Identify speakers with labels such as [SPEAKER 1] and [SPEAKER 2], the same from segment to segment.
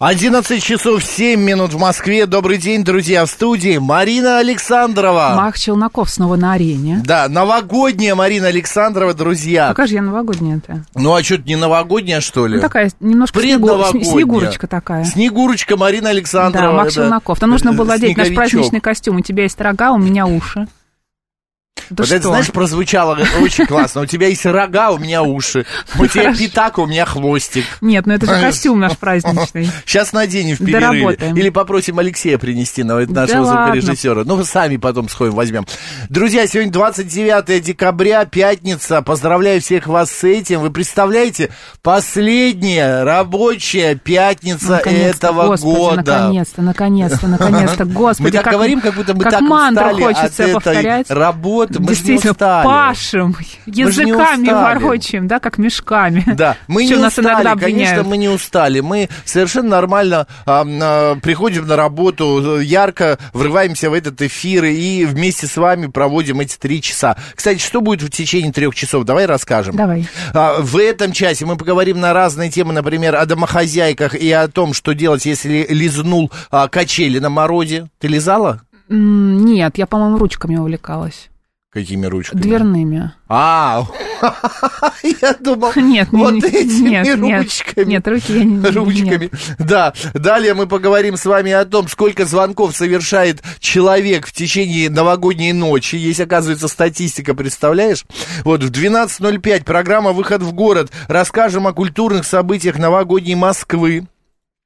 [SPEAKER 1] 11 часов 7 минут в Москве. Добрый день, друзья, в студии Марина Александрова.
[SPEAKER 2] Мах Челноков снова на арене.
[SPEAKER 1] Да, новогодняя Марина Александрова, друзья.
[SPEAKER 2] Покажи, а я новогодняя-то.
[SPEAKER 1] Ну а что, не новогодняя, что ли?
[SPEAKER 2] Ну, такая немножко снегу...
[SPEAKER 1] Предновогодняя.
[SPEAKER 2] снегурочка такая.
[SPEAKER 1] Снегурочка Марина Александрова.
[SPEAKER 2] да, Мах
[SPEAKER 1] это
[SPEAKER 2] Челноков. Там нужно было одеть наш
[SPEAKER 1] снеговичок.
[SPEAKER 2] праздничный костюм. У тебя есть рога, у меня уши. Да
[SPEAKER 1] вот это,
[SPEAKER 2] что?
[SPEAKER 1] знаешь, прозвучало очень классно. У тебя есть рога, у меня уши. У тебя
[SPEAKER 2] Хорошо.
[SPEAKER 1] пятак, у меня хвостик.
[SPEAKER 2] Нет, ну это же костюм наш праздничный.
[SPEAKER 1] Сейчас наденем в
[SPEAKER 2] Да
[SPEAKER 1] перерыве.
[SPEAKER 2] работаем.
[SPEAKER 1] Или попросим Алексея принести на-
[SPEAKER 2] Да
[SPEAKER 1] нашего
[SPEAKER 2] ладно.
[SPEAKER 1] звукорежиссера. Ну, сами потом сходим, возьмем. Друзья, сегодня 29 декабря, пятница. Поздравляю всех вас с этим. Вы представляете, последняя рабочая пятница
[SPEAKER 2] Ну, Наконец-то,
[SPEAKER 1] этого
[SPEAKER 2] Господи,
[SPEAKER 1] года.
[SPEAKER 2] Наконец-то, наконец-то, наконец-то, Господи.
[SPEAKER 1] Мы так говорим, как будто мы
[SPEAKER 2] как
[SPEAKER 1] так
[SPEAKER 2] мантру
[SPEAKER 1] устали
[SPEAKER 2] хочется
[SPEAKER 1] от этой
[SPEAKER 2] повторять.
[SPEAKER 1] работы. Мы же не
[SPEAKER 2] Действительно,
[SPEAKER 1] устали.
[SPEAKER 2] пашем,
[SPEAKER 1] же не
[SPEAKER 2] языками
[SPEAKER 1] устали.
[SPEAKER 2] ворочаем, да, как мешками.
[SPEAKER 1] Да, мы
[SPEAKER 2] В
[SPEAKER 1] не
[SPEAKER 2] чем нас
[SPEAKER 1] устали,
[SPEAKER 2] иногда
[SPEAKER 1] конечно,
[SPEAKER 2] обвиняют.
[SPEAKER 1] мы не устали. Мы совершенно нормально а, м, а, приходим на работу, э, ярко врываемся в этот эфир и вместе с вами проводим эти три часа. Кстати, что будет в течение трех часов? Давай расскажем.
[SPEAKER 2] Давай.
[SPEAKER 1] А, В этом часе мы поговорим на разные темы, например, о домохозяйках и о том, что делать, если лизнул а, качели на морозе. Ты лизала?
[SPEAKER 2] М, Нет, я, по-моему, ручками увлекалась.
[SPEAKER 1] Какими ручками?
[SPEAKER 2] Дверными.
[SPEAKER 1] А, я думал,
[SPEAKER 2] Нет, не-
[SPEAKER 1] вот
[SPEAKER 2] не-
[SPEAKER 1] этими
[SPEAKER 2] нет, нет.
[SPEAKER 1] ручками.
[SPEAKER 2] Нет, руки я не- не...
[SPEAKER 1] ручками.
[SPEAKER 2] нет.
[SPEAKER 1] Да. Далее мы поговорим с вами о том, сколько звонков совершает человек в течение новогодней ночи. Есть, оказывается, статистика, представляешь? Вот в 12.05 программа «Выход в город». Расскажем о культурных событиях новогодней Москвы.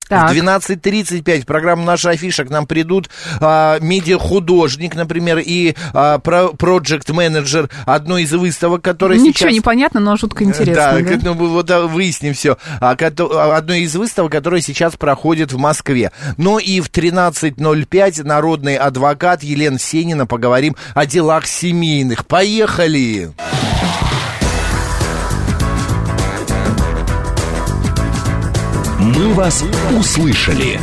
[SPEAKER 2] Так,
[SPEAKER 1] В 12.35 программа «Наша афиша» к нам придут а, медиахудожник, например, и а, про- проект-менеджер одной из выставок, которая
[SPEAKER 2] Ничего
[SPEAKER 1] сейчас...
[SPEAKER 2] не понятно, но жутко интересно.
[SPEAKER 1] Да,
[SPEAKER 2] да?
[SPEAKER 1] к- ну, мы вот а, выясним все. Одной из выставок, которая сейчас проходит в Москве. Ну и в 13.05 народный адвокат Елена Сенина поговорим о делах семейных. Поехали!
[SPEAKER 3] «Мы вас услышали».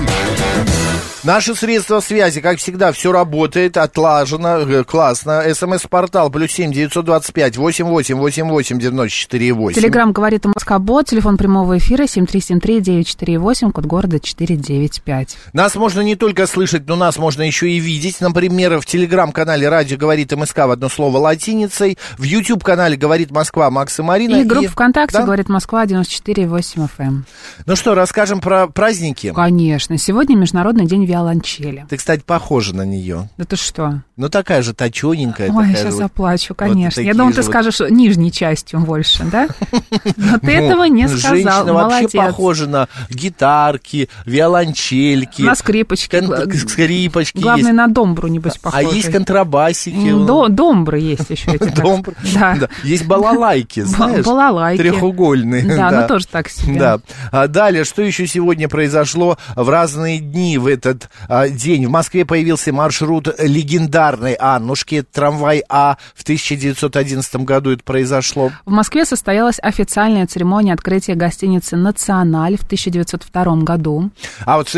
[SPEAKER 1] Наши средства связи, как всегда, все работает, отлажено, э, классно. СМС-портал плюс семь девятьсот двадцать пять восемь восемь восемь восемь девяносто четыре восемь.
[SPEAKER 2] Телеграмм говорит Москобот, телефон прямого эфира 7373948, код города 495.
[SPEAKER 1] Нас можно не только слышать, но нас можно еще и видеть. Например, в телеграм-канале «Радио говорит МСК» в одно слово латиницей. В YouTube-канале «Говорит Москва» Макс и Марина.
[SPEAKER 2] И группа ВКонтакте
[SPEAKER 1] Да?
[SPEAKER 2] говорит Москва 94,8 FM.
[SPEAKER 1] Ну что, расскажем про праздники.
[SPEAKER 2] эм». Конечно. Сегодня Международный день виолончели.
[SPEAKER 1] Ты, кстати, похожа на нее.
[SPEAKER 2] Да ты что?
[SPEAKER 1] Ну, такая же точененькая.
[SPEAKER 2] Ой,
[SPEAKER 1] такая
[SPEAKER 2] сейчас
[SPEAKER 1] же вот.
[SPEAKER 2] оплачу,
[SPEAKER 1] вот
[SPEAKER 2] конечно. Я
[SPEAKER 1] такие
[SPEAKER 2] думал,
[SPEAKER 1] же
[SPEAKER 2] ты
[SPEAKER 1] вот.
[SPEAKER 2] скажешь нижней частью больше, да? Но ты
[SPEAKER 1] Ну,
[SPEAKER 2] этого не сказал.
[SPEAKER 1] Женщина вообще
[SPEAKER 2] Молодец.
[SPEAKER 1] похожа на гитарки, виолончельки.
[SPEAKER 2] На скрипочке.
[SPEAKER 1] кон- скрипочки
[SPEAKER 2] Главное,
[SPEAKER 1] есть.
[SPEAKER 2] на домбру, небось, похоже.
[SPEAKER 1] А есть контрабасики.
[SPEAKER 2] М, до- Домбры есть еще эти. как-
[SPEAKER 1] Домбр.
[SPEAKER 2] Да.
[SPEAKER 1] Да. Есть балалайки,
[SPEAKER 2] Ба-
[SPEAKER 1] знаешь?
[SPEAKER 2] балалайки.
[SPEAKER 1] Трехугольные.
[SPEAKER 2] Да, ну тоже так себе.
[SPEAKER 1] Да. А далее, что еще сегодня произошло в разные дни в этот а, день? В Москве появился маршрут легендарной Аннушки, трамвай А. В 1911 году это произошло.
[SPEAKER 2] В Москве состоялась официальная церемония открытия гостиницы «Националь» в 1902 году.
[SPEAKER 1] А вот в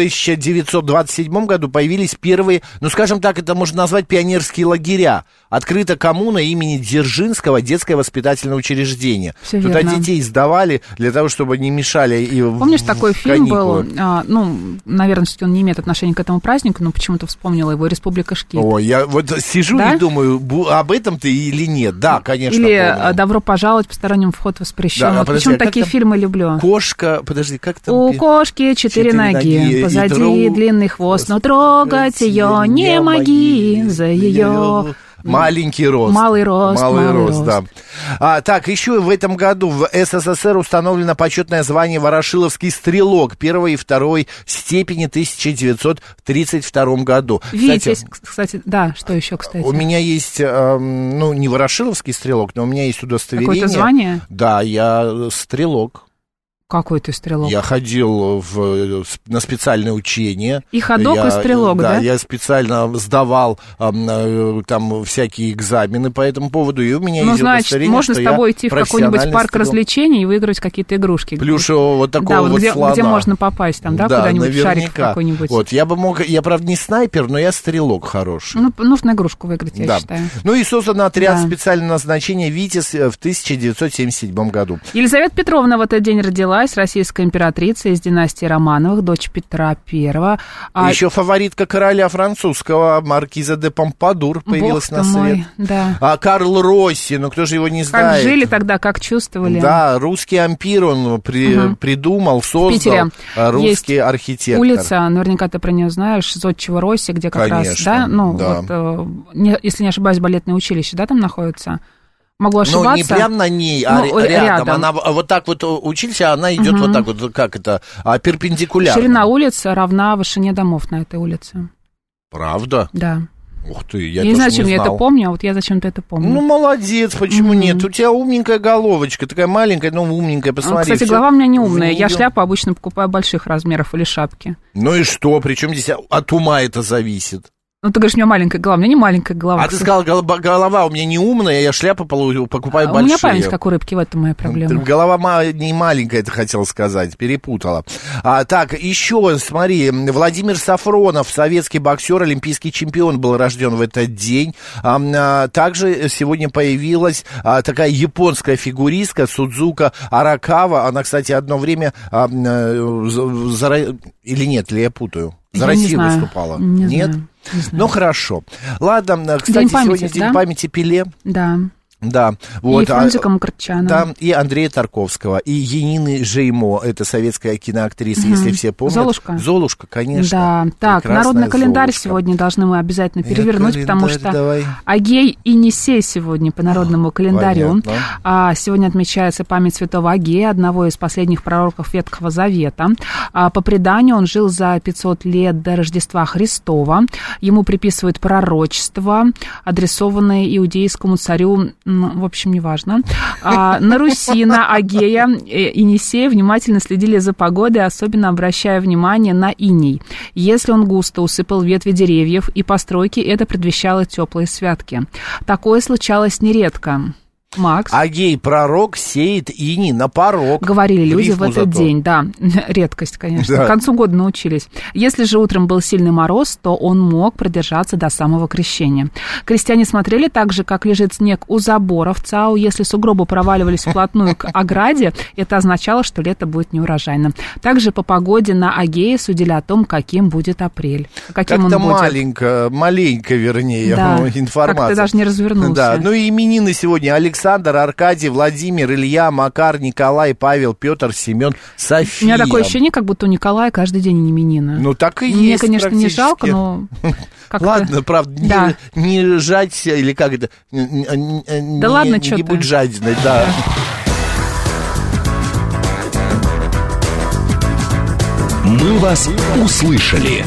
[SPEAKER 1] 1927 году появились первые, ну, скажем так, это можно назвать пионерские лагеря. Открыта коммуна имени Дзержинского детское воспитательное учреждение.
[SPEAKER 2] Всё
[SPEAKER 1] Туда
[SPEAKER 2] верно.
[SPEAKER 1] детей сдавали для того, чтобы не мешали и в-
[SPEAKER 2] Помнишь,
[SPEAKER 1] в
[SPEAKER 2] такой фильм был,
[SPEAKER 1] каникулы.
[SPEAKER 2] а, ну, наверное, все-таки он не имеет отношения к этому празднику, но почему-то вспомнила его «Республика Шкит».
[SPEAKER 1] Ой, я вот сижу
[SPEAKER 2] Да?
[SPEAKER 1] и думаю, бу- об этом ты или нет. Да, конечно.
[SPEAKER 2] Или
[SPEAKER 1] помню.
[SPEAKER 2] а, «Добро пожаловать, посторонним вход воспрещен».
[SPEAKER 1] Да, а
[SPEAKER 2] Вот
[SPEAKER 1] подожди,
[SPEAKER 2] почему
[SPEAKER 1] а как
[SPEAKER 2] такие
[SPEAKER 1] там?
[SPEAKER 2] фильмы люблю.
[SPEAKER 1] Кошка, подожди, как там?
[SPEAKER 2] У
[SPEAKER 1] пе-
[SPEAKER 2] кошки четыре
[SPEAKER 1] четыре
[SPEAKER 2] ноги,
[SPEAKER 1] ноги, и
[SPEAKER 2] позади
[SPEAKER 1] друг-
[SPEAKER 2] длинный хвост, но трогать ее не моги, за ее
[SPEAKER 1] Маленький рост.
[SPEAKER 2] Малый рост,
[SPEAKER 1] Малый,
[SPEAKER 2] малый
[SPEAKER 1] рост,
[SPEAKER 2] рост.
[SPEAKER 1] да. А, так, еще в этом году в СССР установлено почетное звание «Ворошиловский стрелок» первой и второй степени 1932 году.
[SPEAKER 2] Витязь,
[SPEAKER 1] Кстати,
[SPEAKER 2] к- кстати, да, что еще, кстати?
[SPEAKER 1] у меня есть, эм, ну, не ворошиловский стрелок, но у меня есть удостоверение.
[SPEAKER 2] Какое-то звание?
[SPEAKER 1] Да, я стрелок.
[SPEAKER 2] Какой ты стрелок?
[SPEAKER 1] Я ходил в, э, с- на специальное учение.
[SPEAKER 2] И ходок,
[SPEAKER 1] Я-
[SPEAKER 2] и стрелок, да?
[SPEAKER 1] я специально сдавал ам, э, там всякие экзамены по этому поводу, и у меня
[SPEAKER 2] ну,
[SPEAKER 1] есть
[SPEAKER 2] значит,
[SPEAKER 1] удостоверение,
[SPEAKER 2] можно
[SPEAKER 1] что
[SPEAKER 2] с
[SPEAKER 1] я
[SPEAKER 2] тобой идти в какой-нибудь
[SPEAKER 1] профессиональный
[SPEAKER 2] парк
[SPEAKER 1] стрелок.
[SPEAKER 2] развлечений и выиграть какие-то игрушки.
[SPEAKER 1] Плюшевого вот такого
[SPEAKER 2] да, вот
[SPEAKER 1] вот
[SPEAKER 2] где,
[SPEAKER 1] слона.
[SPEAKER 2] где можно попасть, там, да, куда-нибудь, в шарик
[SPEAKER 1] наверняка.
[SPEAKER 2] какой-нибудь.
[SPEAKER 1] Вот, я бы мог, я, правда, не снайпер, но я стрелок хороший.
[SPEAKER 2] Ну, п- нужно игрушку выиграть, я
[SPEAKER 1] да.
[SPEAKER 2] считаю.
[SPEAKER 1] Ну и создан отряд
[SPEAKER 2] Да.
[SPEAKER 1] специального назначения «Витязь» э, в 1977 году.
[SPEAKER 2] Елизавета Петровна в этот день родилась, российская императрица из династии Романовых, дочь Петра I. А,
[SPEAKER 1] Еще фаворитка короля французского, маркиза де Помпадур, появилась
[SPEAKER 2] бог
[SPEAKER 1] на
[SPEAKER 2] ты
[SPEAKER 1] свет.
[SPEAKER 2] мой, да.
[SPEAKER 1] А Карл Росси, ну кто же его не
[SPEAKER 2] Как
[SPEAKER 1] знает?
[SPEAKER 2] жили тогда, как чувствовали.
[SPEAKER 1] Да, русский ампир он при- придумал, создал
[SPEAKER 2] Питере
[SPEAKER 1] а, русский
[SPEAKER 2] есть
[SPEAKER 1] архитектор.
[SPEAKER 2] Улица, наверняка ты про нее знаешь, Зодчего Росси, где как раз,
[SPEAKER 1] Конечно,
[SPEAKER 2] да, ну,
[SPEAKER 1] да.
[SPEAKER 2] вот, э, не- если не ошибаюсь, балетное училище, да, там находится? Могу ошибаться.
[SPEAKER 1] Ну, не прям на ней, а
[SPEAKER 2] Ну,
[SPEAKER 1] ре- рядом.
[SPEAKER 2] рядом.
[SPEAKER 1] Она в- вот так вот учились, а она идет вот так вот, как это, а, перпендикулярно.
[SPEAKER 2] Ширина улицы равна вышине домов на этой улице.
[SPEAKER 1] Правда?
[SPEAKER 2] Да.
[SPEAKER 1] Ух ты, я,
[SPEAKER 2] я
[SPEAKER 1] тоже
[SPEAKER 2] не знаю, чем я это
[SPEAKER 1] знал.
[SPEAKER 2] помню, а вот я зачем-то это помню.
[SPEAKER 1] Ну, молодец, почему нет? У тебя умненькая головочка, такая маленькая, но умненькая,
[SPEAKER 2] А,
[SPEAKER 1] посмотри.
[SPEAKER 2] Кстати,
[SPEAKER 1] всё Ну,
[SPEAKER 2] голова у меня не умная.
[SPEAKER 1] в
[SPEAKER 2] Я
[SPEAKER 1] неё.
[SPEAKER 2] шляпу обычно покупаю больших размеров или шапки.
[SPEAKER 1] Ну и что, причем здесь от ума это зависит?
[SPEAKER 2] Ну, ты говоришь, у меня маленькая голова. У меня не маленькая голова.
[SPEAKER 1] А ты сказал, голова, голова у меня не умная, я шляпы полу- покупаю
[SPEAKER 2] А, У
[SPEAKER 1] большие. Ну,
[SPEAKER 2] меня память, как у рыбки, в этом моя
[SPEAKER 1] М,
[SPEAKER 2] проблема.
[SPEAKER 1] Голова ма- не маленькая, это хотел сказать, перепутала. А, так, еще, смотри, м, Владимир Сафронов, советский боксер, олимпийский чемпион, был рожден в этот день. А, м, а, также сегодня появилась а, такая японская фигуристка Судзука Аракава. Она, кстати, одно время а, м, э, за- за Ро- или нет, или я путаю? За
[SPEAKER 2] Я не
[SPEAKER 1] Россию
[SPEAKER 2] знаю,
[SPEAKER 1] выступала.
[SPEAKER 2] не
[SPEAKER 1] нет?
[SPEAKER 2] знаю, не знаю.
[SPEAKER 1] Ну хорошо. Ладно, м, кстати,
[SPEAKER 2] памяти,
[SPEAKER 1] сегодня день
[SPEAKER 2] да?
[SPEAKER 1] памяти Пеле.
[SPEAKER 2] Да.
[SPEAKER 1] Да. Вот,
[SPEAKER 2] и
[SPEAKER 1] а-
[SPEAKER 2] Фрунзика Макарчана.
[SPEAKER 1] там и Андрея Тарковского, и Енины Жеймо, это советская киноактриса, если все помнят.
[SPEAKER 2] «Золушка».
[SPEAKER 1] Золушка, конечно.
[SPEAKER 2] Да, так,
[SPEAKER 1] Прекрасная
[SPEAKER 2] народный календарь
[SPEAKER 1] «Золушка».
[SPEAKER 2] сегодня должны мы обязательно
[SPEAKER 1] Э,
[SPEAKER 2] перевернуть, потому
[SPEAKER 1] календарь
[SPEAKER 2] что
[SPEAKER 1] давай.
[SPEAKER 2] Агей и Несей сегодня по народному календарю.
[SPEAKER 1] понятно.
[SPEAKER 2] А, сегодня отмечается память святого Агея, одного из последних пророков Ветхого Завета. А, по преданию он жил за 500 лет до Рождества Христова. Ему приписывают пророчества, адресованные иудейскому царю, м, в общем, неважно. А, на Руси, на Агея э, и Несея внимательно следили за погодой, особенно обращая внимание на иней. Если он густо усыпал ветви деревьев и постройки, это предвещало теплые святки. Такое случалось нередко. Макс?
[SPEAKER 1] Агей пророк А сеет ини на порог.
[SPEAKER 2] Говорили люди в
[SPEAKER 1] Рифму
[SPEAKER 2] этот
[SPEAKER 1] зато.
[SPEAKER 2] день, да, редкость, конечно.
[SPEAKER 1] Да.
[SPEAKER 2] К концу года научились. Если же утром был сильный мороз, то он мог продержаться до самого крещения. Крестьяне смотрели также, как лежит снег у забора в ЦАУ. Если сугробы проваливались вплотную к ограде, это означало, что лето будет неурожайным. Также по погоде на Агее судили о том, каким будет апрель. Каким
[SPEAKER 1] Как-то
[SPEAKER 2] он будет.
[SPEAKER 1] маленько, маленько, вернее,
[SPEAKER 2] Да.
[SPEAKER 1] информация.
[SPEAKER 2] Как-то даже не развернулся.
[SPEAKER 1] Да, ну и именины сегодня Александр, Аркадий, Владимир, Илья, Макар, Николай, Павел, Петр, Семен, София.
[SPEAKER 2] У меня такое ощущение, как будто у Николая каждый день именина.
[SPEAKER 1] Ну так и
[SPEAKER 2] Мне,
[SPEAKER 1] есть
[SPEAKER 2] конечно, не
[SPEAKER 1] практически.
[SPEAKER 2] жалко, но как-то-
[SPEAKER 1] Ладно, правда, не,
[SPEAKER 2] Да.
[SPEAKER 1] не жать, или как это, н- н- н-
[SPEAKER 2] Да ладно,
[SPEAKER 1] не,
[SPEAKER 2] чё
[SPEAKER 1] не
[SPEAKER 2] ты.
[SPEAKER 1] будь жадиной, да.
[SPEAKER 3] «Мы вас услышали».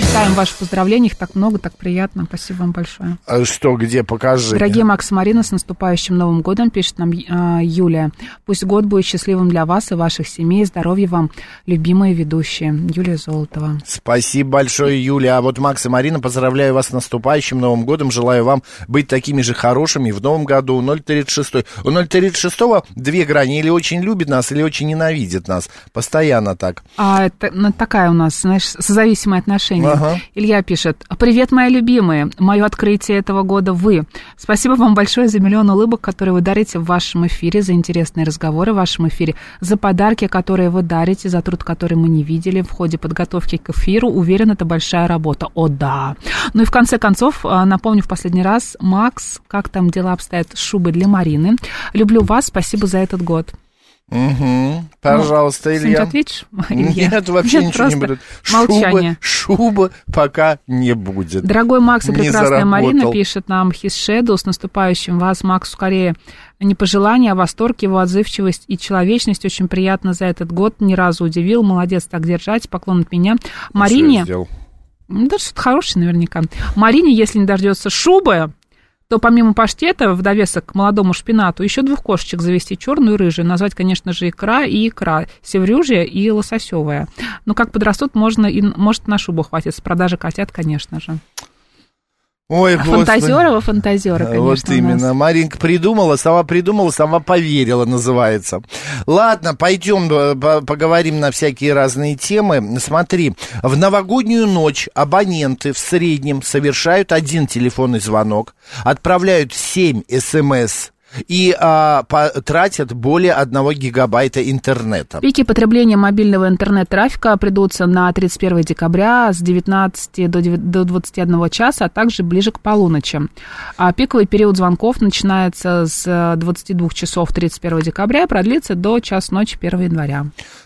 [SPEAKER 2] Читаем ваши поздравления, их так много, так приятно. Спасибо вам большое.
[SPEAKER 1] А Что, где, покажи.
[SPEAKER 2] Дорогие Макс и Марина, с наступающим Новым годом, пишет нам а, Юлия. Пусть год будет счастливым для вас и ваших семей. Здоровья вам, любимые ведущие. Юлия Золотова.
[SPEAKER 1] Спасибо большое, Юля. А вот Макс и Марина, поздравляю вас с наступающим Новым годом. Желаю вам быть такими же хорошими в Новом году. У 036. У 036 две грани. Или очень любит нас, или очень ненавидит нас. Постоянно так.
[SPEAKER 2] А это, ну, такая у нас, знаешь, созависимые отношения.
[SPEAKER 1] Ага.
[SPEAKER 2] Илья пишет. «Привет, мои любимые. Мое открытие этого года вы. Спасибо вам большое за миллион улыбок, которые вы дарите в вашем эфире, за интересные разговоры в вашем эфире, за подарки, которые вы дарите, за труд, который мы не видели в ходе подготовки к эфиру. Уверен, это большая работа. О, да. Ну и в конце концов, а, напомню в последний раз, Макс, как там дела обстоят с шубой для Марины. Люблю вас. Спасибо за этот год.
[SPEAKER 1] Угу. Пожалуйста,
[SPEAKER 2] Что-нибудь
[SPEAKER 1] Илья.
[SPEAKER 2] ответишь? Илья?
[SPEAKER 1] Нет, вообще
[SPEAKER 2] Нет,
[SPEAKER 1] ничего не
[SPEAKER 2] просто
[SPEAKER 1] будет.
[SPEAKER 2] Молчание.
[SPEAKER 1] Шуба, шуба пока не будет.
[SPEAKER 2] Дорогой Макс и
[SPEAKER 1] Не
[SPEAKER 2] прекрасная
[SPEAKER 1] заработал.
[SPEAKER 2] Марина пишет нам His Shadow. С наступающим вас, Макс, скорее не пожелание, а восторг, его отзывчивость и человечность. Очень приятно за этот год. Ни разу удивил. Молодец так держать. Поклон от меня.
[SPEAKER 1] Всё я
[SPEAKER 2] Марине,
[SPEAKER 1] сделал.
[SPEAKER 2] ну, да что-то хорошее наверняка. Марине, если не дождется шубы, то помимо паштета в довесок к молодому шпинату еще двух кошечек завести, черную и рыжую. Назвать, конечно же, икра и икра, севрюжья и лососевая. Но как подрастут, можно и, может, на шубу хватит. С продажи котят, конечно же.
[SPEAKER 1] Ой,
[SPEAKER 2] А
[SPEAKER 1] господи.
[SPEAKER 2] Фантазерова, фантазеры, конечно.
[SPEAKER 1] Э, Вот
[SPEAKER 2] у нас.
[SPEAKER 1] именно. Маринка придумала, сама придумала, сама поверила, называется. Ладно, пойдем э, по- поговорим на всякие разные темы. Смотри, в новогоднюю ночь абоненты в среднем совершают один телефонный звонок, отправляют 7 смс и а, по- тратят более 1 гигабайта интернета.
[SPEAKER 2] Пики потребления мобильного интернет-трафика придутся на 31 декабря с 19 до деви- до 21 часа, а также ближе к полуночи. А пиковый период звонков начинается с э, 22 часов 31 декабря и продлится до час ночи 1 января.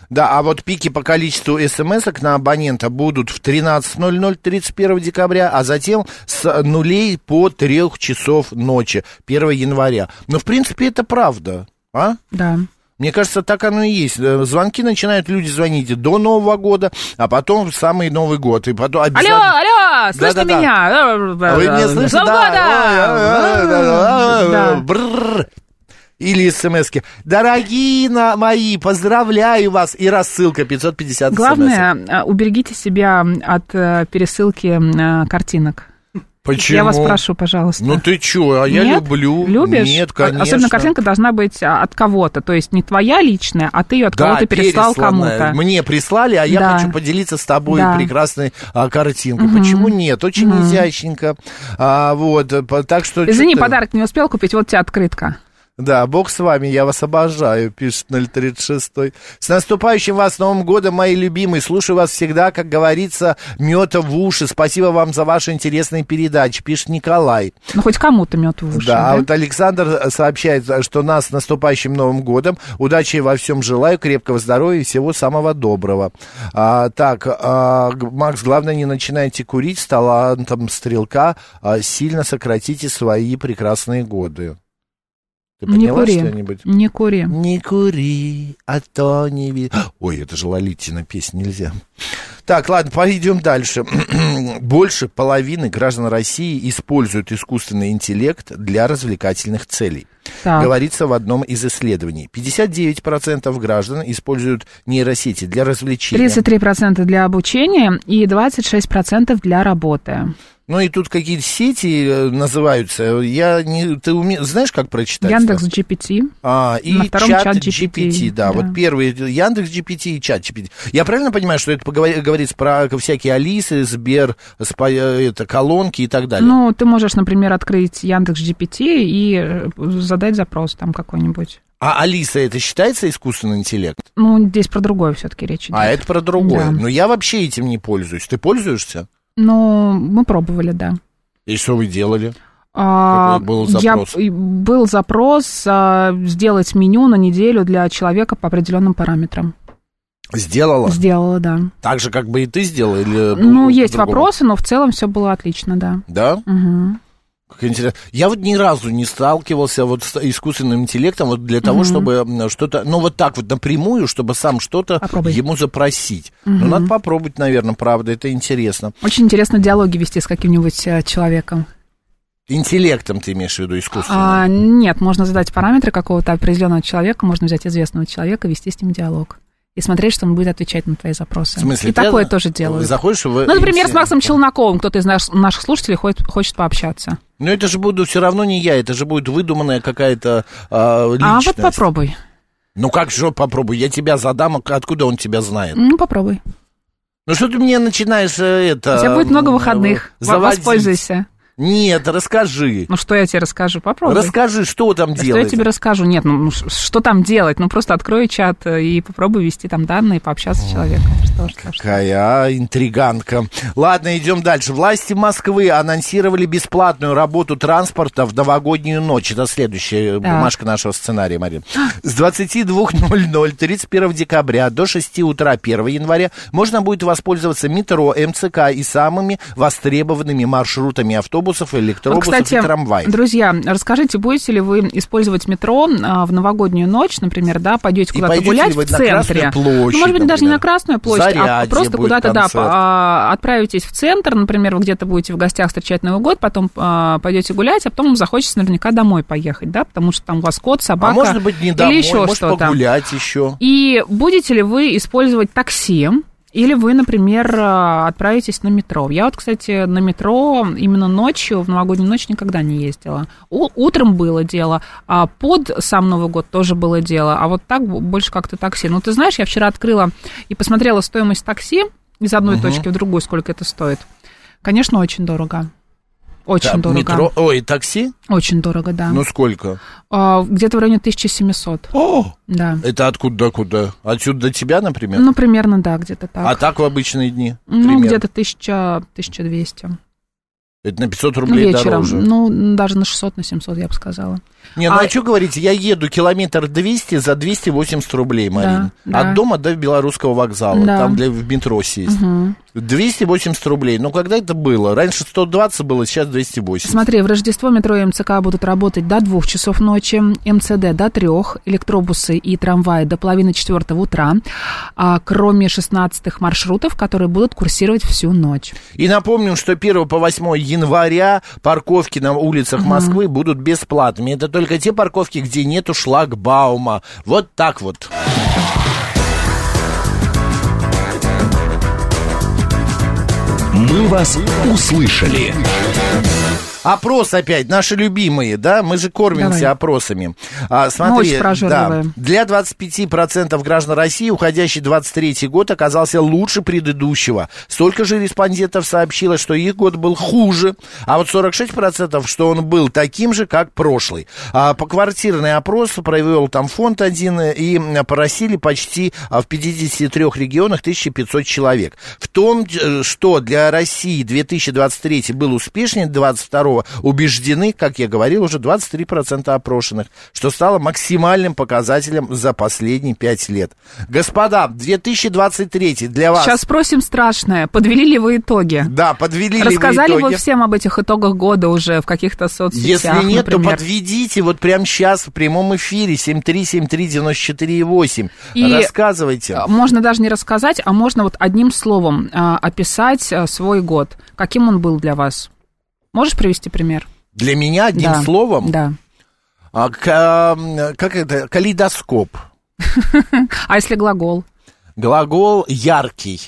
[SPEAKER 1] Да, а вот пики по количеству смс на абонента будут в 13.00 31 декабря, а затем с нулей по 3 часов ночи 1 января. Но, в принципе, это правда, а?
[SPEAKER 2] Да.
[SPEAKER 1] Мне кажется, так оно и есть. Э, Звонки начинают люди звонить и до Нового года, а потом в самый Новый год. И потом
[SPEAKER 2] Алло,
[SPEAKER 1] обязательно...
[SPEAKER 2] алло, слышно
[SPEAKER 1] Да-да-да.
[SPEAKER 2] меня?
[SPEAKER 1] А Вы меня слышите?
[SPEAKER 2] С Новым годом! Да.
[SPEAKER 1] Да. Бррр. Или смски. Дорогие на- мои, поздравляю вас. И рассылка 550 смс.
[SPEAKER 2] Главное, э, уберегите себя от э, пересылки э, картинок.
[SPEAKER 1] Почему?
[SPEAKER 2] Я вас прошу, пожалуйста.
[SPEAKER 1] Ну ты чё, а я
[SPEAKER 2] Нет?
[SPEAKER 1] люблю.
[SPEAKER 2] Любишь?
[SPEAKER 1] Нет,
[SPEAKER 2] А-
[SPEAKER 1] конечно.
[SPEAKER 2] Особенно картинка должна быть а, от кого-то. То есть не твоя личная, а ты ее от
[SPEAKER 1] Да,
[SPEAKER 2] кого-то переслал
[SPEAKER 1] пересланная.
[SPEAKER 2] кому-то.
[SPEAKER 1] Мне прислали, а я
[SPEAKER 2] Да.
[SPEAKER 1] хочу поделиться с тобой
[SPEAKER 2] Да.
[SPEAKER 1] прекрасной а, картинкой. Почему нет? Очень изящненько. А, вот, э, по- так что...
[SPEAKER 2] Извини,
[SPEAKER 1] чё ты-
[SPEAKER 2] подарок не успел купить, вот тебе открытка.
[SPEAKER 1] Да, бог с вами, я вас обожаю, пишет 036. С наступающим вас Новым годом, мои любимые. Слушаю вас всегда, как говорится, мета в уши. Спасибо вам за ваши интересные передачи, пишет Николай.
[SPEAKER 2] Ну, хоть кому-то мед в уши.
[SPEAKER 1] да, а
[SPEAKER 2] да?
[SPEAKER 1] вот Александр сообщает, э, что нас с наступающим Новым годом. Удачи во всем желаю, крепкого здоровья и всего самого доброго. А, так, а, г- Макс, главное, не начинайте курить с талантом стрелка. а, сильно сократите свои прекрасные годы. Ты
[SPEAKER 2] Не
[SPEAKER 1] поняла
[SPEAKER 2] кури.
[SPEAKER 1] что-нибудь?
[SPEAKER 2] Не кури.
[SPEAKER 1] Не кури, а то не ви... а, Ой, это же Лолитина песня, нельзя. Так, ладно, пойдем дальше. Больше половины граждан России используют искусственный интеллект для развлекательных целей.
[SPEAKER 2] Так.
[SPEAKER 1] Говорится в одном из исследований. 59% граждан используют нейросети для развлечения.
[SPEAKER 2] 33% для обучения и 26% для работы.
[SPEAKER 1] Ну и тут какие-то сети э, называются. Я не... Ты уме... знаешь, как прочитать?
[SPEAKER 2] Яндекс GPT.
[SPEAKER 1] А, и
[SPEAKER 2] На втором
[SPEAKER 1] чат,
[SPEAKER 2] чат
[SPEAKER 1] GPT,
[SPEAKER 2] GPT,
[SPEAKER 1] да,
[SPEAKER 2] да.
[SPEAKER 1] вот первый Яндекс GPT и чат GPT. Я правильно понимаю, что это поговор- говорится про всякие Алисы, Сбер, спа- э, это, колонки и так далее?
[SPEAKER 2] Ну, ты можешь, например, открыть Яндекс GPT и э, задать запрос там какой-нибудь.
[SPEAKER 1] А Алиса это считается искусственный интеллект?
[SPEAKER 2] Ну, здесь про другое все-таки речь идет.
[SPEAKER 1] А это про другое.
[SPEAKER 2] Да.
[SPEAKER 1] Но я вообще этим не пользуюсь. Ты пользуешься?
[SPEAKER 2] Ну, мы пробовали, да.
[SPEAKER 1] И что вы делали?
[SPEAKER 2] А,
[SPEAKER 1] Какой был
[SPEAKER 2] я-
[SPEAKER 1] запрос?
[SPEAKER 2] и был запрос а, сделать меню на неделю для человека по определенным параметрам.
[SPEAKER 1] Сделала?
[SPEAKER 2] Сделала, да.
[SPEAKER 1] Так же, как бы и ты сделала? Или
[SPEAKER 2] Ну,
[SPEAKER 1] было
[SPEAKER 2] есть
[SPEAKER 1] по-другому?
[SPEAKER 2] вопросы, но в целом все было отлично, да.
[SPEAKER 1] Да?
[SPEAKER 2] Мгм.
[SPEAKER 1] Как интересно. Я вот ни разу не сталкивался вот с искусственным интеллектом вот для того, чтобы м, что-то, ну вот так вот напрямую, чтобы сам что-то
[SPEAKER 2] Попробуй.
[SPEAKER 1] ему запросить. Ну надо попробовать, наверное, правда, это интересно.
[SPEAKER 2] Очень интересно диалоги вести с каким-нибудь э, человеком.
[SPEAKER 1] Интеллектом ты имеешь в виду искусственным?
[SPEAKER 2] А, нет, можно задать параметры какого-то определенного человека, можно взять известного человека и вести с ним диалог. И смотреть, что он будет отвечать на твои запросы.
[SPEAKER 1] В смысле?
[SPEAKER 2] и
[SPEAKER 1] ты
[SPEAKER 2] такое
[SPEAKER 1] за-
[SPEAKER 2] тоже делают.
[SPEAKER 1] Заходишь в...
[SPEAKER 2] Ну, например, с
[SPEAKER 1] инте-
[SPEAKER 2] Максом Челноковым кто-то из наш- наших слушателей хочет, хочет пообщаться.
[SPEAKER 1] Ну это же буду все равно не я, это же будет выдуманная какая-то а,
[SPEAKER 2] А
[SPEAKER 1] личность.
[SPEAKER 2] вот попробуй.
[SPEAKER 1] Ну как же попробуй, я тебя задам, а откуда он тебя знает?
[SPEAKER 2] Ну, попробуй.
[SPEAKER 1] Ну что ты мне начинаешь э, это...
[SPEAKER 2] У тебя будет много
[SPEAKER 1] м,
[SPEAKER 2] выходных. Во-
[SPEAKER 1] заводить?
[SPEAKER 2] Воспользуйся.
[SPEAKER 1] Нет, расскажи.
[SPEAKER 2] Ну что я тебе расскажу? Попробуй.
[SPEAKER 1] Расскажи, что там
[SPEAKER 2] Да Что я
[SPEAKER 1] делать.
[SPEAKER 2] тебе расскажу? Нет, ну ну, ш- что там делать? Ну просто открой чат э, и попробуй ввести там данные, пообщаться с человеком. Что, ж, что, ж.
[SPEAKER 1] Какая интриганка. Ладно, идем дальше. Власти Москвы анонсировали бесплатную работу транспорта в новогоднюю ночь. Это следующая бумажка нашего сценария, Марин. С 22.00 31 декабря до 6 утра 1 января можно будет воспользоваться метро, МЦК и самыми востребованными маршрутами автобусов,
[SPEAKER 2] Вот,
[SPEAKER 1] электробусов
[SPEAKER 2] Ну, кстати,
[SPEAKER 1] и трамваев.
[SPEAKER 2] друзья, расскажите, будете ли вы использовать метро а, в новогоднюю ночь, например, да, пойдете куда-то
[SPEAKER 1] пойдете
[SPEAKER 2] гулять
[SPEAKER 1] ли вы
[SPEAKER 2] в
[SPEAKER 1] на
[SPEAKER 2] центре,
[SPEAKER 1] Красную площадь,
[SPEAKER 2] ну, может быть, даже не
[SPEAKER 1] например?
[SPEAKER 2] на Красную площадь, а
[SPEAKER 1] Зарядье
[SPEAKER 2] просто
[SPEAKER 1] будет
[SPEAKER 2] куда-то, да,
[SPEAKER 1] концерт.
[SPEAKER 2] по- а, отправитесь в центр, например, вы где-то будете в гостях встречать Новый год, потом а, пойдете гулять, а потом вам захочется наверняка домой поехать, да, потому что там у вас кот, собака
[SPEAKER 1] А может быть, не домой,
[SPEAKER 2] или еще
[SPEAKER 1] может
[SPEAKER 2] что-то.
[SPEAKER 1] погулять еще.
[SPEAKER 2] И будете ли вы использовать такси? Или вы, например, э, отправитесь на метро. Я вот, кстати, на метро именно ночью, в новогоднюю ночь никогда не ездила. У- утром было дело, а под сам Новый год тоже было дело, а вот так бо- больше как-то такси. Ну, ты знаешь, я вчера открыла и посмотрела стоимость такси из одной точки в другую, сколько это стоит. Конечно, очень дорого. Очень
[SPEAKER 1] Да,
[SPEAKER 2] дорого.
[SPEAKER 1] метро, ой, такси?
[SPEAKER 2] Очень дорого, да.
[SPEAKER 1] Ну сколько?
[SPEAKER 2] А, где-то в районе 1700,
[SPEAKER 1] О,
[SPEAKER 2] да.
[SPEAKER 1] Это откуда до куда? Отсюда до тебя, например?
[SPEAKER 2] Ну, примерно, да, где-то так.
[SPEAKER 1] а так в обычные дни?
[SPEAKER 2] Ну,
[SPEAKER 1] примерно?
[SPEAKER 2] где-то 1000, 1200.
[SPEAKER 1] Это на 500
[SPEAKER 2] Ну,
[SPEAKER 1] рублей
[SPEAKER 2] вечером.
[SPEAKER 1] дороже.
[SPEAKER 2] Ну, н- даже на 600, на 700, я бы сказала.
[SPEAKER 1] Не, ну а,
[SPEAKER 2] а-
[SPEAKER 1] что говорите, я еду километр 200 за 280 рублей, Марин.
[SPEAKER 2] Да, да.
[SPEAKER 1] От дома до Белорусского вокзала,
[SPEAKER 2] Да.
[SPEAKER 1] там для, в метро сесть. 280 рублей, ну когда это было? Раньше 120 было, сейчас 280.
[SPEAKER 2] Смотри, в Рождество метро и МЦК будут работать до 2 часов ночи, МЦД до 3, электробусы и трамваи до половины 4 утра, а, кроме 16 маршрутов, которые будут курсировать всю ночь.
[SPEAKER 1] И напомним, что 1 по 8 января парковки на улицах Москвы будут бесплатными. Это только те парковки, где нету шлагбаума. Вот так вот.
[SPEAKER 3] «Мы вас услышали».
[SPEAKER 1] Опрос опять, наши любимые, да? Мы же кормимся
[SPEAKER 2] Давай.
[SPEAKER 1] опросами. А, смотри,
[SPEAKER 2] Ночь
[SPEAKER 1] да,
[SPEAKER 2] прожорливая.
[SPEAKER 1] для 25% граждан России уходящий 23 год оказался лучше предыдущего. Столько же респондентов сообщило, что их год был хуже, а вот 46%, что он был таким же, как прошлый. А, по квартирный опрос провел там фонд один, э, и м, просили почти а, в 53 регионах 1500 человек. В том, э, что для России 2023 был успешнее 22 убеждены, как я говорил, уже 23% опрошенных, что стало максимальным показателем за последние 5 лет. Господа, 2023 для вас...
[SPEAKER 2] Сейчас спросим страшное, подвели ли вы итоги?
[SPEAKER 1] Да, подвели ли вы
[SPEAKER 2] Рассказали
[SPEAKER 1] итоги?
[SPEAKER 2] вы всем об этих итогах года уже в каких-то
[SPEAKER 1] Если
[SPEAKER 2] соцсетях,
[SPEAKER 1] нет, то
[SPEAKER 2] например?
[SPEAKER 1] подведите вот прямо сейчас в прямом эфире 7373948.
[SPEAKER 2] И-
[SPEAKER 1] Рассказывайте.
[SPEAKER 2] Э, Можно даже не рассказать, а можно вот одним словом э, описать э, свой год. Каким он был для вас? Можешь привести пример?
[SPEAKER 1] Для меня одним
[SPEAKER 2] Да.
[SPEAKER 1] словом,
[SPEAKER 2] Да.
[SPEAKER 1] а, к- а, как это, калейдоскоп.
[SPEAKER 2] А если глагол?
[SPEAKER 1] Глагол яркий.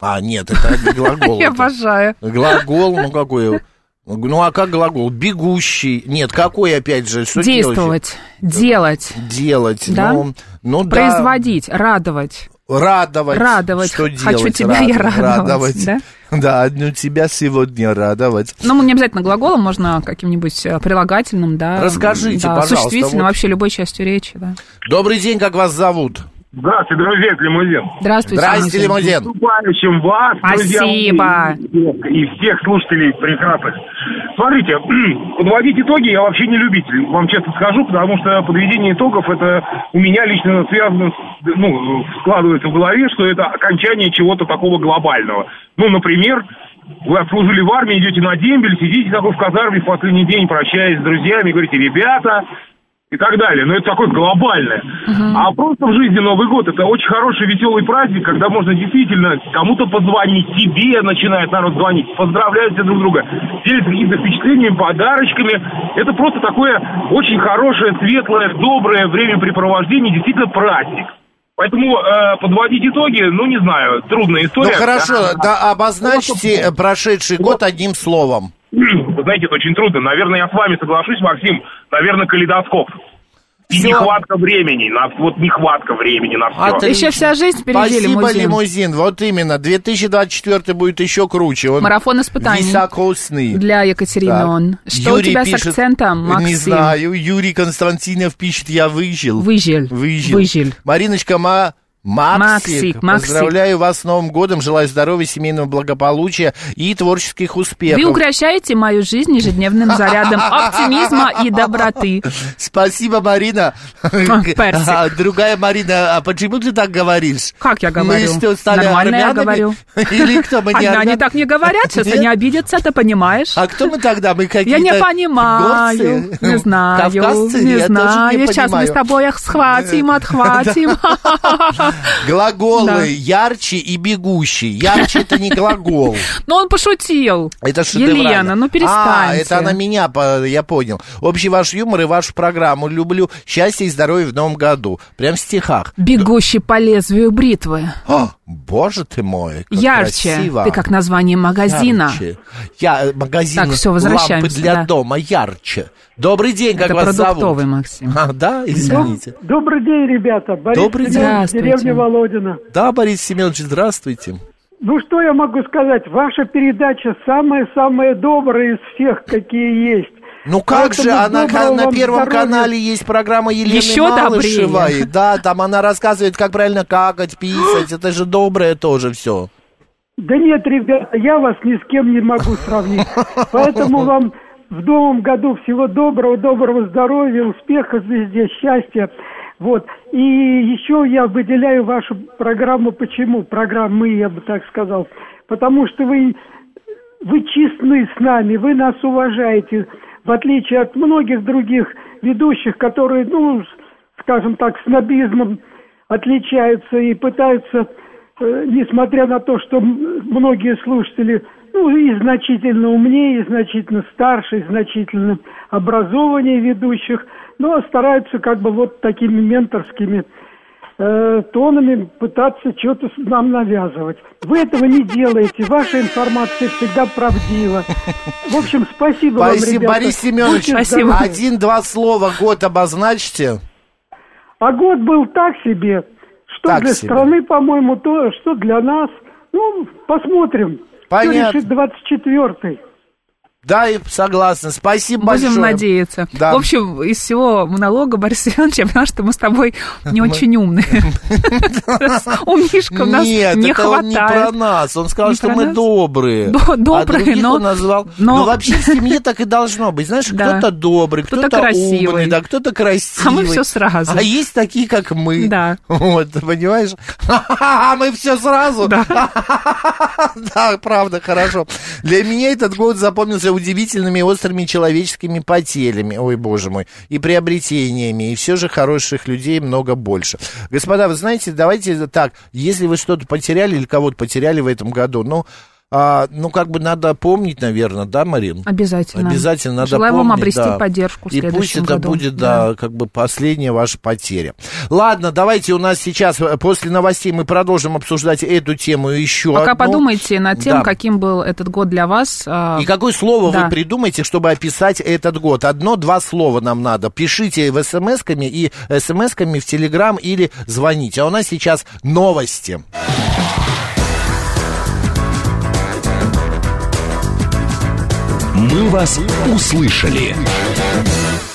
[SPEAKER 1] А, нет, это не глагол.
[SPEAKER 2] Я
[SPEAKER 1] это.
[SPEAKER 2] обожаю.
[SPEAKER 1] Глагол, ну какой? Ну а как глагол? Бегущий. Нет, какой опять же? Что
[SPEAKER 2] Действовать, делать,
[SPEAKER 1] делать? Делать.
[SPEAKER 2] Да?
[SPEAKER 1] Ну, ну да.
[SPEAKER 2] производить, радовать.
[SPEAKER 1] Радовать.
[SPEAKER 2] Радовать.
[SPEAKER 1] Что
[SPEAKER 2] Хочу
[SPEAKER 1] делать?
[SPEAKER 2] тебя я
[SPEAKER 1] Рад-
[SPEAKER 2] радовать, да?
[SPEAKER 1] Да, одну тебя сегодня радовать.
[SPEAKER 2] Но Ну, не обязательно глаголом, можно каким-нибудь э, прилагательным, да.
[SPEAKER 1] Расскажите,
[SPEAKER 2] да,
[SPEAKER 1] пожалуйста,
[SPEAKER 2] Существительным,
[SPEAKER 1] вот.
[SPEAKER 2] вообще любой частью речи, да.
[SPEAKER 1] Добрый день, как вас зовут?
[SPEAKER 4] Здравствуйте, друзья, это лимузин.
[SPEAKER 2] Здравствуйте.
[SPEAKER 1] Здрасте,
[SPEAKER 2] Андрей.
[SPEAKER 4] С
[SPEAKER 1] Лимузин.
[SPEAKER 4] наступающим вас, друзья,
[SPEAKER 2] Спасибо.
[SPEAKER 4] и и всех слушателей прекрасных. Смотрите, подводить итоги я вообще не любитель, вам честно скажу, потому что подведение итогов это у меня лично связано, с- ну, складывается в голове, что это окончание чего-то такого глобального. Ну, например, вы отслужили в армии, идете на дембель, сидите такой в казарме в последний день, прощаясь с друзьями, говорите, ребята, и так далее. Но это такое глобальное. А просто в жизни Новый год это очень хороший веселый праздник, когда можно действительно кому-то позвонить, тебе начинает народ звонить, поздравляют все друг друга, делятся какими-то впечатлениями, подарочками. Это просто такое очень хорошее, светлое, доброе времяпрепровождение, действительно праздник. Поэтому э, подводить итоги, ну не знаю, трудная
[SPEAKER 1] Ну
[SPEAKER 4] история.
[SPEAKER 1] хорошо, да,
[SPEAKER 4] Ну,
[SPEAKER 1] обозначьте э, прошедший год одним словом.
[SPEAKER 4] Вы знаете, это очень трудно. Наверное, я с вами соглашусь, Максим. Наверное, калейдоскоп. И
[SPEAKER 2] Всё.
[SPEAKER 4] нехватка времени, на, вот нехватка времени на все.
[SPEAKER 1] Отлично.
[SPEAKER 2] А Еще вся жизнь впереди
[SPEAKER 1] Спасибо,
[SPEAKER 2] лимузин.
[SPEAKER 1] лимузин. Вот именно. 2024 будет еще круче. Он
[SPEAKER 2] Марафон испытаний.
[SPEAKER 1] Високосный.
[SPEAKER 2] Для Екатерины
[SPEAKER 1] Так.
[SPEAKER 2] он. Что у
[SPEAKER 1] Юрий
[SPEAKER 2] тебя с
[SPEAKER 1] пишет,
[SPEAKER 2] акцентом, Максим?
[SPEAKER 1] Не знаю. Юрий Константинов пишет, я выжил.
[SPEAKER 2] Выжил.
[SPEAKER 1] Выжил.
[SPEAKER 2] Выжил.
[SPEAKER 1] Мариночка Ма... Максик,
[SPEAKER 2] Максик, Максик.
[SPEAKER 1] поздравляю вас с Новым годом, желаю здоровья, семейного благополучия и творческих успехов.
[SPEAKER 2] Вы укращаете мою жизнь ежедневным зарядом оптимизма и доброты.
[SPEAKER 1] Спасибо, Марина.
[SPEAKER 2] персик.
[SPEAKER 1] А, Другая Марина, а почему ты так говоришь?
[SPEAKER 2] Как я говорю?
[SPEAKER 1] Мы что, стали
[SPEAKER 2] Нормально я
[SPEAKER 1] армянами?
[SPEAKER 2] говорю.
[SPEAKER 1] Или кто мы не
[SPEAKER 2] Они, они
[SPEAKER 1] армяне?
[SPEAKER 2] так не говорят, сейчас
[SPEAKER 1] Нет?
[SPEAKER 2] они обидятся, ты понимаешь?
[SPEAKER 1] А кто мы тогда? Мы какие-то
[SPEAKER 2] Я не понимаю,
[SPEAKER 1] горцы? Ну,
[SPEAKER 2] не знаю,
[SPEAKER 1] Кавказцы?
[SPEAKER 2] не
[SPEAKER 1] Я тоже
[SPEAKER 2] знаю.
[SPEAKER 1] не
[SPEAKER 2] Сейчас мы
[SPEAKER 1] понимаю.
[SPEAKER 2] с тобой их схватим, отхватим. А,
[SPEAKER 1] Глаголы
[SPEAKER 2] Да.
[SPEAKER 1] ярче и бегущий. Ярче это не глагол.
[SPEAKER 2] Но ну, он пошутил.
[SPEAKER 1] Это шедеврально.
[SPEAKER 2] Елена, ну
[SPEAKER 1] А,
[SPEAKER 2] перестаньте.
[SPEAKER 1] это она меня, по- я понял. Общий ваш юмор и вашу программу. Люблю счастье и здоровье в новом году. Прям в стихах.
[SPEAKER 2] Бегущий по лезвию бритвы.
[SPEAKER 1] О, А, боже ты мой, как
[SPEAKER 2] Ярче.
[SPEAKER 1] красиво.
[SPEAKER 2] Ты как название магазина.
[SPEAKER 1] Ярче. Я, магазин
[SPEAKER 2] Так, всё,
[SPEAKER 1] лампы
[SPEAKER 2] возвращаемся,
[SPEAKER 1] для
[SPEAKER 2] да.
[SPEAKER 1] дома ярче. Добрый день, как
[SPEAKER 2] Это
[SPEAKER 1] вас
[SPEAKER 2] продуктовый,
[SPEAKER 1] зовут?
[SPEAKER 2] Максим.
[SPEAKER 1] А, да, извините.
[SPEAKER 5] Добрый день, ребята. Борис
[SPEAKER 1] Добрый
[SPEAKER 5] Семенович,
[SPEAKER 2] день. Здравствуйте.
[SPEAKER 5] деревня Володина.
[SPEAKER 1] Да, Борис Семенович, здравствуйте.
[SPEAKER 5] Ну, что я могу сказать? Ваша передача самая-самая добрая из всех, какие есть.
[SPEAKER 1] Ну как же,
[SPEAKER 5] Поэтому
[SPEAKER 1] она ка-
[SPEAKER 5] доброго
[SPEAKER 1] на
[SPEAKER 5] вам
[SPEAKER 1] Первом
[SPEAKER 5] здоровья.
[SPEAKER 1] канале есть программа Елены
[SPEAKER 2] Ещё
[SPEAKER 1] Малышевой.
[SPEAKER 2] добрее.
[SPEAKER 1] Да, там она рассказывает, как правильно какать, писать. Это же доброе тоже все.
[SPEAKER 5] Да нет, ребята, я вас ни с кем не могу сравнить. Поэтому вам в новом году всего доброго, доброго здоровья, успеха везде, счастья. Вот. И еще я выделяю вашу программу. Почему? Программы, я бы так сказал. Потому что вы вы честны с нами, вы нас уважаете, в отличие от многих других ведущих, которые, ну, с- скажем так, снобизмом отличаются и пытаются, э, несмотря на то, что м- многие слушатели, ну, и значительно умнее, и значительно старше, и значительно образованнее ведущих, но стараются как бы вот такими менторскими э, тонами пытаться что-то с- нам навязывать. Вы этого не делаете. Ваша информация всегда правдива. В общем, спасибо, вам,
[SPEAKER 1] Спасибо,
[SPEAKER 5] ребята.
[SPEAKER 1] Борис Семенович.
[SPEAKER 5] Будьте
[SPEAKER 2] Спасибо.
[SPEAKER 5] здоровы.
[SPEAKER 1] Один-два слова год обозначьте.
[SPEAKER 5] А год был так себе. Что
[SPEAKER 1] Так
[SPEAKER 5] для
[SPEAKER 1] себе.
[SPEAKER 5] страны, по-моему, то, что для нас. Ну, посмотрим.
[SPEAKER 1] Понятно.
[SPEAKER 5] Кто решит 24-й.
[SPEAKER 1] Да, и согласен. Спасибо большое.
[SPEAKER 2] Будем надеяться.
[SPEAKER 1] Да.
[SPEAKER 2] В общем, из всего монолога Бориса Семеновича я поняла, что мы с тобой не очень умные. Умнишка у нас
[SPEAKER 1] Нет,
[SPEAKER 2] не
[SPEAKER 1] это он не про
[SPEAKER 2] хватает.
[SPEAKER 1] нас. Он сказал,
[SPEAKER 2] Не
[SPEAKER 1] что
[SPEAKER 2] про
[SPEAKER 1] мы
[SPEAKER 2] нас?
[SPEAKER 1] добрые.
[SPEAKER 2] До- добрые,
[SPEAKER 1] а других
[SPEAKER 2] но-
[SPEAKER 1] он назвал.
[SPEAKER 2] но-
[SPEAKER 1] Ну, вообще в семье так и должно быть. Знаешь,
[SPEAKER 2] Да.
[SPEAKER 1] кто-то добрый,
[SPEAKER 2] Кто-то
[SPEAKER 1] кто-то,
[SPEAKER 2] красивый.
[SPEAKER 1] умный, да, кто-то красивый.
[SPEAKER 2] А мы всё сразу.
[SPEAKER 1] А есть такие, как мы.
[SPEAKER 2] Да.
[SPEAKER 1] Вот, ты понимаешь? А мы все сразу.
[SPEAKER 2] Да.
[SPEAKER 1] Да, правда, хорошо. Для меня этот год запомнился удивительными и острыми человеческими потерями, ой, боже мой, и приобретениями, и все же хороших людей много больше. Господа, вы знаете, давайте так, если вы что-то потеряли или кого-то потеряли в этом году, ну, а, ну, как бы надо помнить, наверное, да, Марин?
[SPEAKER 2] Обязательно.
[SPEAKER 1] Обязательно надо
[SPEAKER 2] Желаю вам
[SPEAKER 1] помнить,
[SPEAKER 2] обрести
[SPEAKER 1] да.
[SPEAKER 2] поддержку в
[SPEAKER 1] И пусть
[SPEAKER 2] следующем
[SPEAKER 1] это
[SPEAKER 2] году.
[SPEAKER 1] будет, да, как бы последняя ваша потеря. Ладно, давайте у нас сейчас, э, после новостей, мы продолжим обсуждать эту тему и еще
[SPEAKER 2] Пока
[SPEAKER 1] одну.
[SPEAKER 2] подумайте над тем,
[SPEAKER 1] Да.
[SPEAKER 2] каким был этот год для вас. а,
[SPEAKER 1] И какое слово
[SPEAKER 2] Да.
[SPEAKER 1] вы придумаете, чтобы описать этот год? Одно-два слова нам надо. Пишите в смс-ками и смс-ками в Телеграм или звоните. А у нас сейчас новости.
[SPEAKER 3] «Мы вас услышали».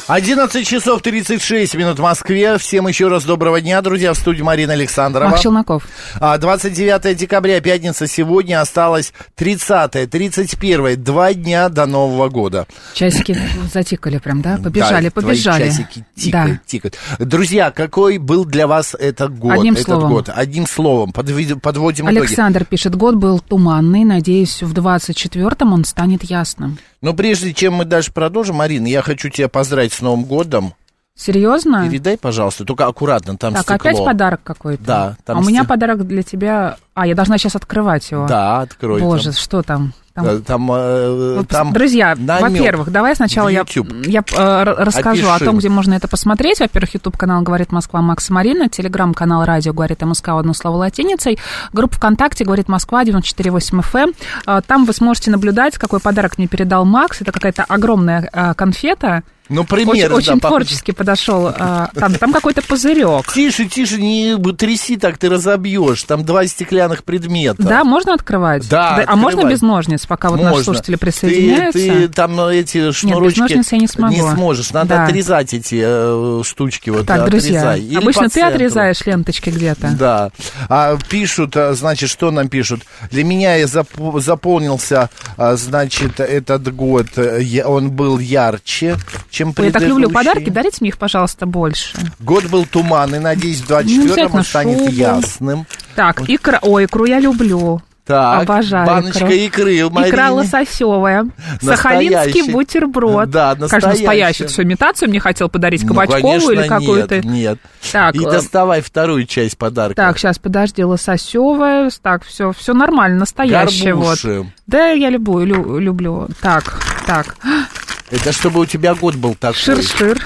[SPEAKER 1] 11 часов 36 минут в Москве. Всем еще раз доброго дня, друзья. В студии Марина Александрова.
[SPEAKER 2] Марк Челноков.
[SPEAKER 1] А, 29 декабря, пятница, сегодня осталось 30 31 два дня до Нового года.
[SPEAKER 2] Часики затикали прям, да? Побежали,
[SPEAKER 1] Да, твои
[SPEAKER 2] побежали.
[SPEAKER 1] часики
[SPEAKER 2] да.
[SPEAKER 1] тикают, тикают. Друзья, какой был для вас этот год?
[SPEAKER 2] Одним
[SPEAKER 1] этот
[SPEAKER 2] словом.
[SPEAKER 1] год? Одним словом. Подвид- подводим итоги.
[SPEAKER 2] Александр пишет, год был туманный, надеюсь, в 24-м он станет ясным.
[SPEAKER 1] Но прежде чем мы дальше продолжим, Марина, я хочу тебя поздравить с Новым годом.
[SPEAKER 2] Серьезно?
[SPEAKER 1] Передай, пожалуйста, только аккуратно, там
[SPEAKER 2] Так,
[SPEAKER 1] стекло.
[SPEAKER 2] опять подарок какой-то.
[SPEAKER 1] Да, там
[SPEAKER 2] а у меня
[SPEAKER 1] стек-
[SPEAKER 2] подарок для тебя. А, я должна сейчас открывать его.
[SPEAKER 1] Да, открой. там.
[SPEAKER 2] Боже, что там? Там-
[SPEAKER 1] Э, Там, э,
[SPEAKER 2] Вот,
[SPEAKER 1] там
[SPEAKER 2] Друзья,
[SPEAKER 1] намёк.
[SPEAKER 2] во-первых, давай сначала
[SPEAKER 1] В
[SPEAKER 2] я,
[SPEAKER 1] YouTube.
[SPEAKER 2] я э, р- расскажу о
[SPEAKER 1] Опиши.
[SPEAKER 2] том, где можно это посмотреть. Во-первых, YouTube-канал «Говорит Москва» Макс и Марина, телеграм-канал «Радио говорит МСК» в одно слово латиницей, группа ВКонтакте «Говорит Москва» 94.8 FM. Э, Там вы сможете наблюдать, какой подарок мне передал Макс. Это какая-то огромная э, конфета.
[SPEAKER 1] Ну, примерно,
[SPEAKER 2] очень
[SPEAKER 1] да,
[SPEAKER 2] очень
[SPEAKER 1] по-
[SPEAKER 2] творчески подошел. а, Там, там какой-то пузырек.
[SPEAKER 1] Тише, тише, не тряси так, ты разобьешь. Там два стеклянных предмета.
[SPEAKER 2] Да, можно открывать?
[SPEAKER 1] Да,
[SPEAKER 2] А
[SPEAKER 1] открывай.
[SPEAKER 2] можно без ножниц, пока вот наши слушатели присоединяются?
[SPEAKER 1] Ты, ты там ну, эти шнурочки
[SPEAKER 2] ножниц я не смогу.
[SPEAKER 1] сможешь. Надо
[SPEAKER 2] Да.
[SPEAKER 1] отрезать эти э, штучки. Вот,
[SPEAKER 2] Так, друзья,
[SPEAKER 1] отрезай. Или
[SPEAKER 2] обычно
[SPEAKER 1] по
[SPEAKER 2] ты
[SPEAKER 1] центру.
[SPEAKER 2] отрезаешь ленточки где-то.
[SPEAKER 1] Да. А пишут, а, значит, что нам пишут? Для меня я зап- заполнился, а, значит, этот год. э, я- он был ярче, чем
[SPEAKER 2] Ой, Я
[SPEAKER 1] предыдущий.
[SPEAKER 2] так люблю подарки, дарите мне их, пожалуйста, больше.
[SPEAKER 1] Год был туманный,
[SPEAKER 2] Ну,
[SPEAKER 1] надеюсь, в 24-м
[SPEAKER 2] обязательно
[SPEAKER 1] он станет
[SPEAKER 2] шубу.
[SPEAKER 1] ясным.
[SPEAKER 2] Так, икра, ой, икру я люблю.
[SPEAKER 1] Так,
[SPEAKER 2] Обожаю
[SPEAKER 1] баночка
[SPEAKER 2] икру.
[SPEAKER 1] икры в Марине.
[SPEAKER 2] Икра лососевая,
[SPEAKER 1] Настоящий.
[SPEAKER 2] сахалинский бутерброд.
[SPEAKER 1] Да,
[SPEAKER 2] Конечно, настоящий.
[SPEAKER 1] настоящий.
[SPEAKER 2] Всю имитацию мне хотел подарить,
[SPEAKER 1] Ну,
[SPEAKER 2] кабачковую
[SPEAKER 1] конечно,
[SPEAKER 2] или какую-то.
[SPEAKER 1] Нет, нет.
[SPEAKER 2] Так,
[SPEAKER 1] И
[SPEAKER 2] э,
[SPEAKER 1] доставай вторую часть подарка.
[SPEAKER 2] Так, сейчас, подожди, лососевая. Так, все, все нормально, настоящее. Вот.
[SPEAKER 1] Горбуши.
[SPEAKER 2] Да, я люблю, лю- люблю. Так, так.
[SPEAKER 1] Это чтобы у тебя год был такой.
[SPEAKER 2] Шир-шир.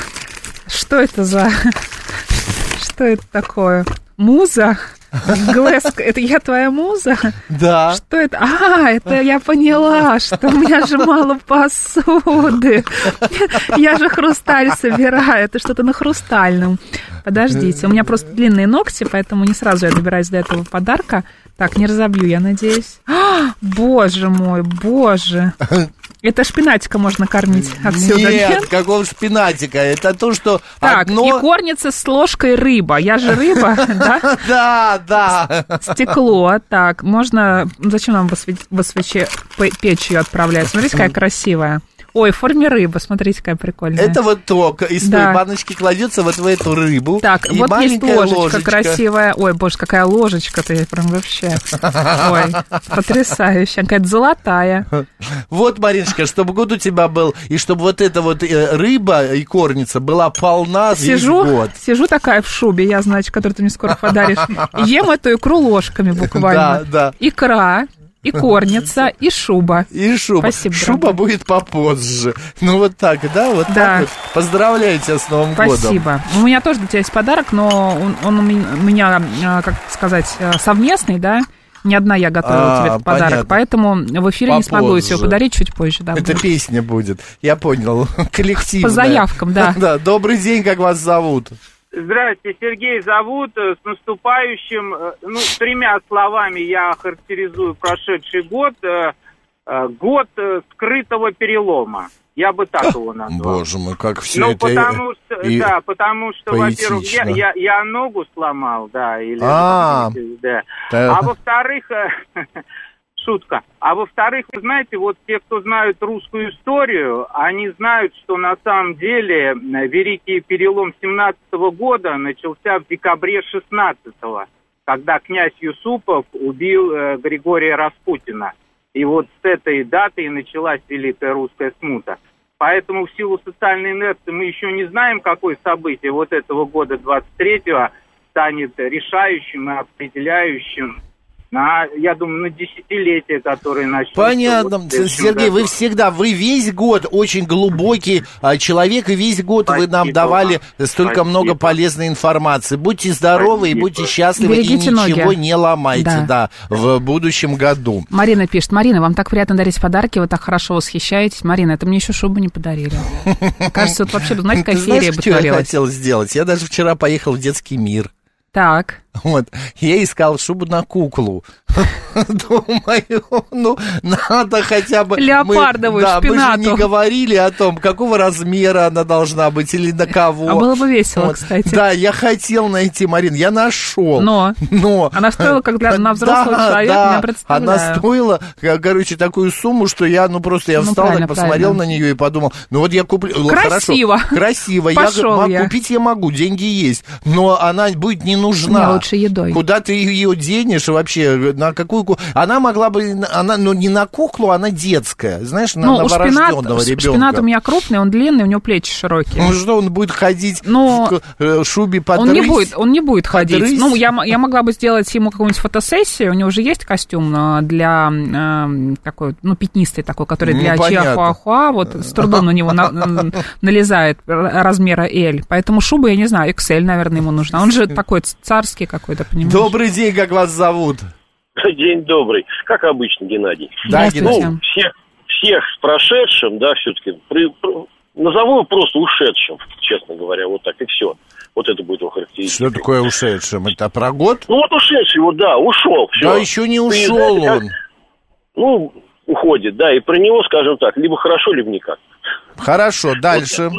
[SPEAKER 2] Что это за... Что это такое? Муза? Глэск, это я твоя муза?
[SPEAKER 1] Да.
[SPEAKER 2] Что это? А, это я поняла, что у меня же мало посуды. Я же хрусталь собираю, это что-то на хрустальном. Подождите, у меня просто длинные ногти, поэтому не сразу я добираюсь до этого подарка. Так, не разобью, я надеюсь. А, боже мой, боже. Это шпинатика можно кормить отсюда,
[SPEAKER 1] нет,
[SPEAKER 2] нет?
[SPEAKER 1] какого шпинатика? Это то, что
[SPEAKER 2] Так,
[SPEAKER 1] одно...
[SPEAKER 2] и горница с ложкой рыба. Я же рыба, да?
[SPEAKER 1] Да, да.
[SPEAKER 2] Стекло, так, можно... ну, Зачем нам восве- восвече... пе- печь ее отправлять? Смотрите, какая красивая. Ой, в форме рыбы, смотрите, какая прикольная.
[SPEAKER 1] Это вот ток из
[SPEAKER 2] Да.
[SPEAKER 1] той баночки кладется вот в эту рыбу.
[SPEAKER 2] Так,
[SPEAKER 1] и
[SPEAKER 2] вот есть
[SPEAKER 1] маленькая
[SPEAKER 2] ложечка,
[SPEAKER 1] ложечка.
[SPEAKER 2] красивая. Ой, боже, какая ложечка ты прям вообще. Ой, потрясающая. Какая-то золотая.
[SPEAKER 1] Вот, Мариночка, чтобы год у тебя был, и чтобы вот эта вот э, рыба и корница была полна А весь
[SPEAKER 2] Сижу,
[SPEAKER 1] год.
[SPEAKER 2] сижу такая в шубе, я, значит, которую ты мне скоро подаришь. Ем эту икру ложками буквально.
[SPEAKER 1] Да, да.
[SPEAKER 2] Икра, и корница, и шуба.
[SPEAKER 1] И шуба.
[SPEAKER 2] Спасибо,
[SPEAKER 1] шуба
[SPEAKER 2] дорогой.
[SPEAKER 1] будет попозже. Ну вот так, да? Вот
[SPEAKER 2] Да.
[SPEAKER 1] так вот. Поздравляю тебя с Новым годом.
[SPEAKER 2] Спасибо. У меня тоже для тебя есть подарок, но он, он у ми- у меня, а, как сказать, а, совместный, да? Не одна я готовила
[SPEAKER 1] А,
[SPEAKER 2] тебе этот подарок,
[SPEAKER 1] понятно.
[SPEAKER 2] поэтому в эфире не смогу
[SPEAKER 1] Попозже.
[SPEAKER 2] тебе подарить чуть позже, да.
[SPEAKER 1] Это
[SPEAKER 2] будет.
[SPEAKER 1] песня будет, я понял, коллективная.
[SPEAKER 2] По заявкам, да.
[SPEAKER 1] Да, добрый день, как вас зовут?
[SPEAKER 6] Здравствуйте, Сергей зовут. Э, С наступающим, э, ну, тремя словами я характеризую прошедший год. Э, э, Год э, скрытого перелома. Я бы так его назвал.
[SPEAKER 1] Боже мой, как все
[SPEAKER 6] Ну,
[SPEAKER 1] это... э,
[SPEAKER 6] потому что,
[SPEAKER 1] и-
[SPEAKER 6] да, потому что, во-первых, я,
[SPEAKER 1] поэтично.
[SPEAKER 6] я, я ногу сломал, да, или...
[SPEAKER 1] А.
[SPEAKER 6] да.
[SPEAKER 1] Да.
[SPEAKER 6] А во-вторых, э, шутка. А во-вторых, вы знаете, вот те, кто знают русскую историю, они знают, что на самом деле э, великий перелом 17 года начался в декабре 16 когда князь Юсупов убил э, Григория Распутина. И вот с этой даты и началась Великая Русская Смута. Поэтому в силу социальной инерции мы еще не знаем, какое событие вот этого года 23-го станет решающим и определяющим на, я думаю, на десятилетие, которые начнутся.
[SPEAKER 1] Понятно.
[SPEAKER 6] вот в следующем
[SPEAKER 1] Сергей, вы
[SPEAKER 6] году.
[SPEAKER 1] всегда, вы весь год очень глубокий а, человек, и весь год вы нам
[SPEAKER 6] Спасибо
[SPEAKER 1] давали
[SPEAKER 6] вам.
[SPEAKER 1] столько
[SPEAKER 6] Спасибо.
[SPEAKER 1] много полезной информации. Будьте здоровы и
[SPEAKER 6] Спасибо.
[SPEAKER 1] будьте счастливы,
[SPEAKER 2] Берегите
[SPEAKER 1] и ничего
[SPEAKER 2] ноги.
[SPEAKER 1] не ломайте,
[SPEAKER 2] Да.
[SPEAKER 1] да. в будущем году.
[SPEAKER 2] Марина пишет, Марина, вам так приятно дарить подарки, вы так хорошо восхищаетесь. Марина, это мне еще шубу не подарили. Кажется, вот вообще, знаете,
[SPEAKER 1] Ты
[SPEAKER 2] какая феерия
[SPEAKER 1] знаешь,
[SPEAKER 2] бы
[SPEAKER 1] что я
[SPEAKER 2] творилась.
[SPEAKER 1] хотел сделать? Я даже вчера поехал в детский мир.
[SPEAKER 2] Так,
[SPEAKER 1] Вот. Я искал шубу на куклу. Думаю, ну, надо хотя бы... мы-
[SPEAKER 2] Леопардовую,
[SPEAKER 1] Да, мы же не
[SPEAKER 2] шпинату.
[SPEAKER 1] говорили о том, какого размера она должна быть или на кого.
[SPEAKER 2] а было бы весело,
[SPEAKER 1] Вот.
[SPEAKER 2] кстати.
[SPEAKER 1] Да, я хотел найти, Марин, я нашел.
[SPEAKER 2] Но?
[SPEAKER 1] Но.
[SPEAKER 2] Она стоила, как для на взрослого
[SPEAKER 1] Да,
[SPEAKER 2] человека,
[SPEAKER 1] да.
[SPEAKER 2] я представляю.
[SPEAKER 1] Она стоила, э, короче, такую сумму, что я, ну, просто я
[SPEAKER 2] Ну,
[SPEAKER 1] встал,
[SPEAKER 2] правильно,
[SPEAKER 1] так посмотрел
[SPEAKER 2] правильно.
[SPEAKER 1] на нее и подумал, ну, вот я куплю... л-
[SPEAKER 2] Красиво.
[SPEAKER 1] Хорошо, красиво. Я
[SPEAKER 2] Пошел
[SPEAKER 1] г- м-
[SPEAKER 2] я.
[SPEAKER 1] Купить я могу, деньги есть, но она будет не нужна.
[SPEAKER 2] Не, лучше едой.
[SPEAKER 1] Куда ты ее денешь и вообще? На какую... ку- Она могла бы... на- Она, ну, не на куклу, она детская. Знаешь, на
[SPEAKER 2] ну, у шпинат,
[SPEAKER 1] новорожденного
[SPEAKER 2] ш-
[SPEAKER 1] ребенка.
[SPEAKER 2] шпинат у меня крупный, он длинный, у него плечи широкие.
[SPEAKER 1] Ну что, он будет ходить
[SPEAKER 2] Ну,
[SPEAKER 1] в к- э, шубе под
[SPEAKER 2] Он не
[SPEAKER 1] рысь?
[SPEAKER 2] будет, он не будет ходить.
[SPEAKER 1] Подрысь.
[SPEAKER 2] Ну, я, м- я могла бы сделать ему какую-нибудь фотосессию. У него же есть костюм а, для эм, такой, ну, пятнистый такой, который
[SPEAKER 1] Ну,
[SPEAKER 2] для
[SPEAKER 1] понятно.
[SPEAKER 2] Чихуахуа, вот с трудом на него на- н- налезает р- размера L. Поэтому шуба, я не знаю, XL, наверное, ему нужна. Он
[SPEAKER 1] Э.
[SPEAKER 2] же такой ц- царский какой-то, понимаешь?
[SPEAKER 1] Добрый день, как вас зовут?
[SPEAKER 7] День добрый. Как обычно, Геннадий. Ну,
[SPEAKER 1] Да,
[SPEAKER 2] Здравствуйте.
[SPEAKER 1] Геннадий.
[SPEAKER 7] Всех, всех с прошедшим, да, все-таки. Назову его просто ушедшим, честно говоря, вот так и все. Вот это будет его характеристика.
[SPEAKER 1] Что такое ушедшим? Это про год?
[SPEAKER 7] Ну вот ушедший, вот да, ушел. всё.
[SPEAKER 1] Да еще не
[SPEAKER 7] Ты
[SPEAKER 1] ушел
[SPEAKER 7] знаете, как-
[SPEAKER 1] он.
[SPEAKER 7] Ну, уходит, да, и про него, скажем так, либо хорошо, либо никак.
[SPEAKER 1] Хорошо, дальше.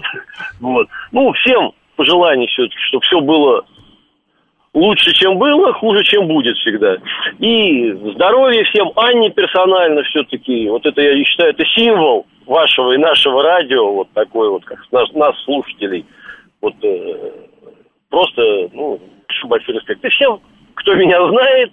[SPEAKER 7] Вот. Ну, всем пожеланий все-таки, чтобы все было лучше, чем было, хуже, чем будет всегда. И здоровья всем, Анне персонально все-таки, вот это, я считаю, это символ вашего и нашего радио, вот такой вот, как нас, нас, слушателей. Вот э, просто, ну, пишу большой респект. И всем, кто меня знает,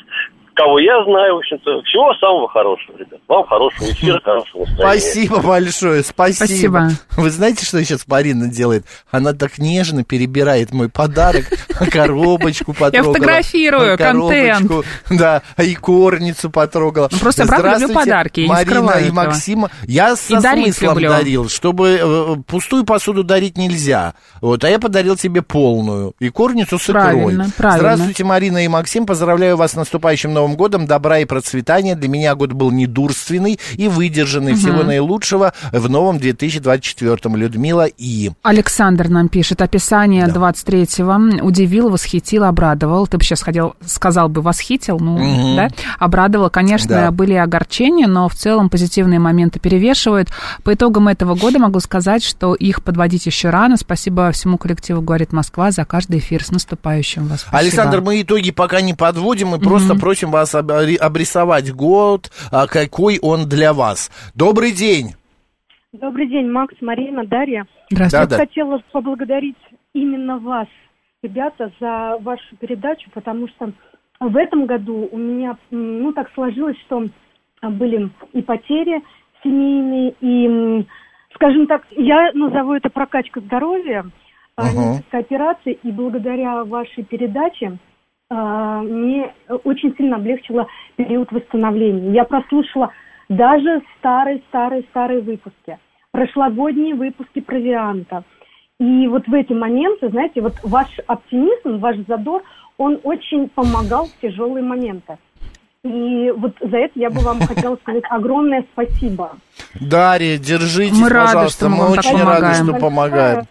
[SPEAKER 7] кого я знаю, в общем-то, всего самого хорошего, ребят. Вам хорошего эфира, хорошего настроения.
[SPEAKER 1] Спасибо большое, спасибо.
[SPEAKER 2] Спасибо.
[SPEAKER 1] Вы знаете, что сейчас Марина делает? Она так нежно перебирает мой подарок, коробочку потрогала.
[SPEAKER 2] фотографирую контент.
[SPEAKER 1] коробочку, Да, и корницу потрогала.
[SPEAKER 2] Ну, просто я правда люблю
[SPEAKER 1] Здравствуйте,
[SPEAKER 2] подарки, я не
[SPEAKER 1] Марина
[SPEAKER 2] скрываю
[SPEAKER 1] и
[SPEAKER 2] этого.
[SPEAKER 1] Максима. Я со
[SPEAKER 2] И дарить
[SPEAKER 1] смыслом
[SPEAKER 2] люблю.
[SPEAKER 1] дарил, чтобы э, пустую посуду дарить нельзя. Вот, а я подарил тебе полную. И корницу с икрой.
[SPEAKER 2] Правильно, правильно.
[SPEAKER 1] Здравствуйте, Марина и Максим. Поздравляю вас с наступающим Новым годом. Добра и процветания. Для меня год был недурственный и выдержанный. Всего наилучшего в новом 2024 Людмила И.
[SPEAKER 2] Александр нам пишет, описание 23-го удивил, восхитил, обрадовал. Ты бы сейчас хотел, сказал бы восхитил, ну,
[SPEAKER 1] Мгм.
[SPEAKER 2] да? Обрадовал, конечно,
[SPEAKER 1] Да.
[SPEAKER 2] были огорчения, но в целом позитивные моменты перевешивают. По итогам этого года могу сказать, что их подводить еще рано. Спасибо всему коллективу «Говорит Москва» за каждый эфир. С наступающим вас. Спасибо.
[SPEAKER 1] Александр, мы итоги пока не подводим, мы просто просим вас об- ори- обрисовать год, а, какой он для вас. Добрый день.
[SPEAKER 8] Добрый день, Макс, Марина, Дарья.
[SPEAKER 1] Здравствуйте.
[SPEAKER 8] Я
[SPEAKER 1] Да-да.
[SPEAKER 8] хотела поблагодарить именно вас, ребята, за вашу передачу, потому что в этом году у меня, м, ну, так сложилось, что а, были и потери семейные, и, м, скажем так, я назову это прокачка здоровья, а,
[SPEAKER 9] Ага.
[SPEAKER 8] медицинская операция, и благодаря вашей передаче а, мне очень сильно облегчило период восстановления. Я прослушала даже старые-старые-старые выпуски, прошлогодние выпуски провианта. И вот в эти моменты, знаете, вот ваш оптимизм, ваш задор, он очень помогал в тяжелые моменты. И вот за это я бы вам хотела сказать огромное спасибо.
[SPEAKER 1] Дарья, держитесь,
[SPEAKER 8] Мы рады,
[SPEAKER 1] пожалуйста.
[SPEAKER 8] что мы
[SPEAKER 1] мы
[SPEAKER 8] вам так
[SPEAKER 1] очень рады,
[SPEAKER 8] помогаем.
[SPEAKER 1] что помогаем.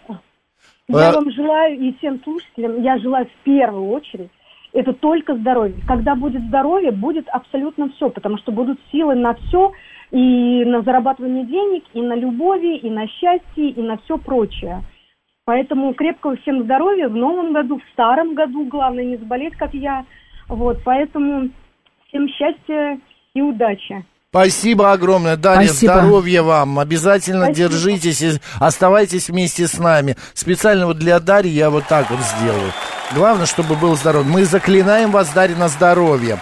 [SPEAKER 8] Я
[SPEAKER 1] Э,
[SPEAKER 8] вам желаю и всем слушателям, я желаю в первую очередь, это только здоровье. Когда будет здоровье, будет абсолютно все, потому что будут силы на все, и на зарабатывание денег, и на любови, и на счастье, и на все прочее. Поэтому крепкого всем здоровья в новом году, в старом году, главное не заболеть, как я. Вот, поэтому всем счастья и удачи.
[SPEAKER 1] Спасибо огромное, Дарья,
[SPEAKER 8] Спасибо.
[SPEAKER 1] здоровья вам. Обязательно
[SPEAKER 8] Спасибо.
[SPEAKER 1] держитесь и оставайтесь вместе с нами. Специально вот для Дарьи я вот так вот сделаю. Главное, чтобы был здоров. Мы заклинаем вас, Дарья, на здоровье.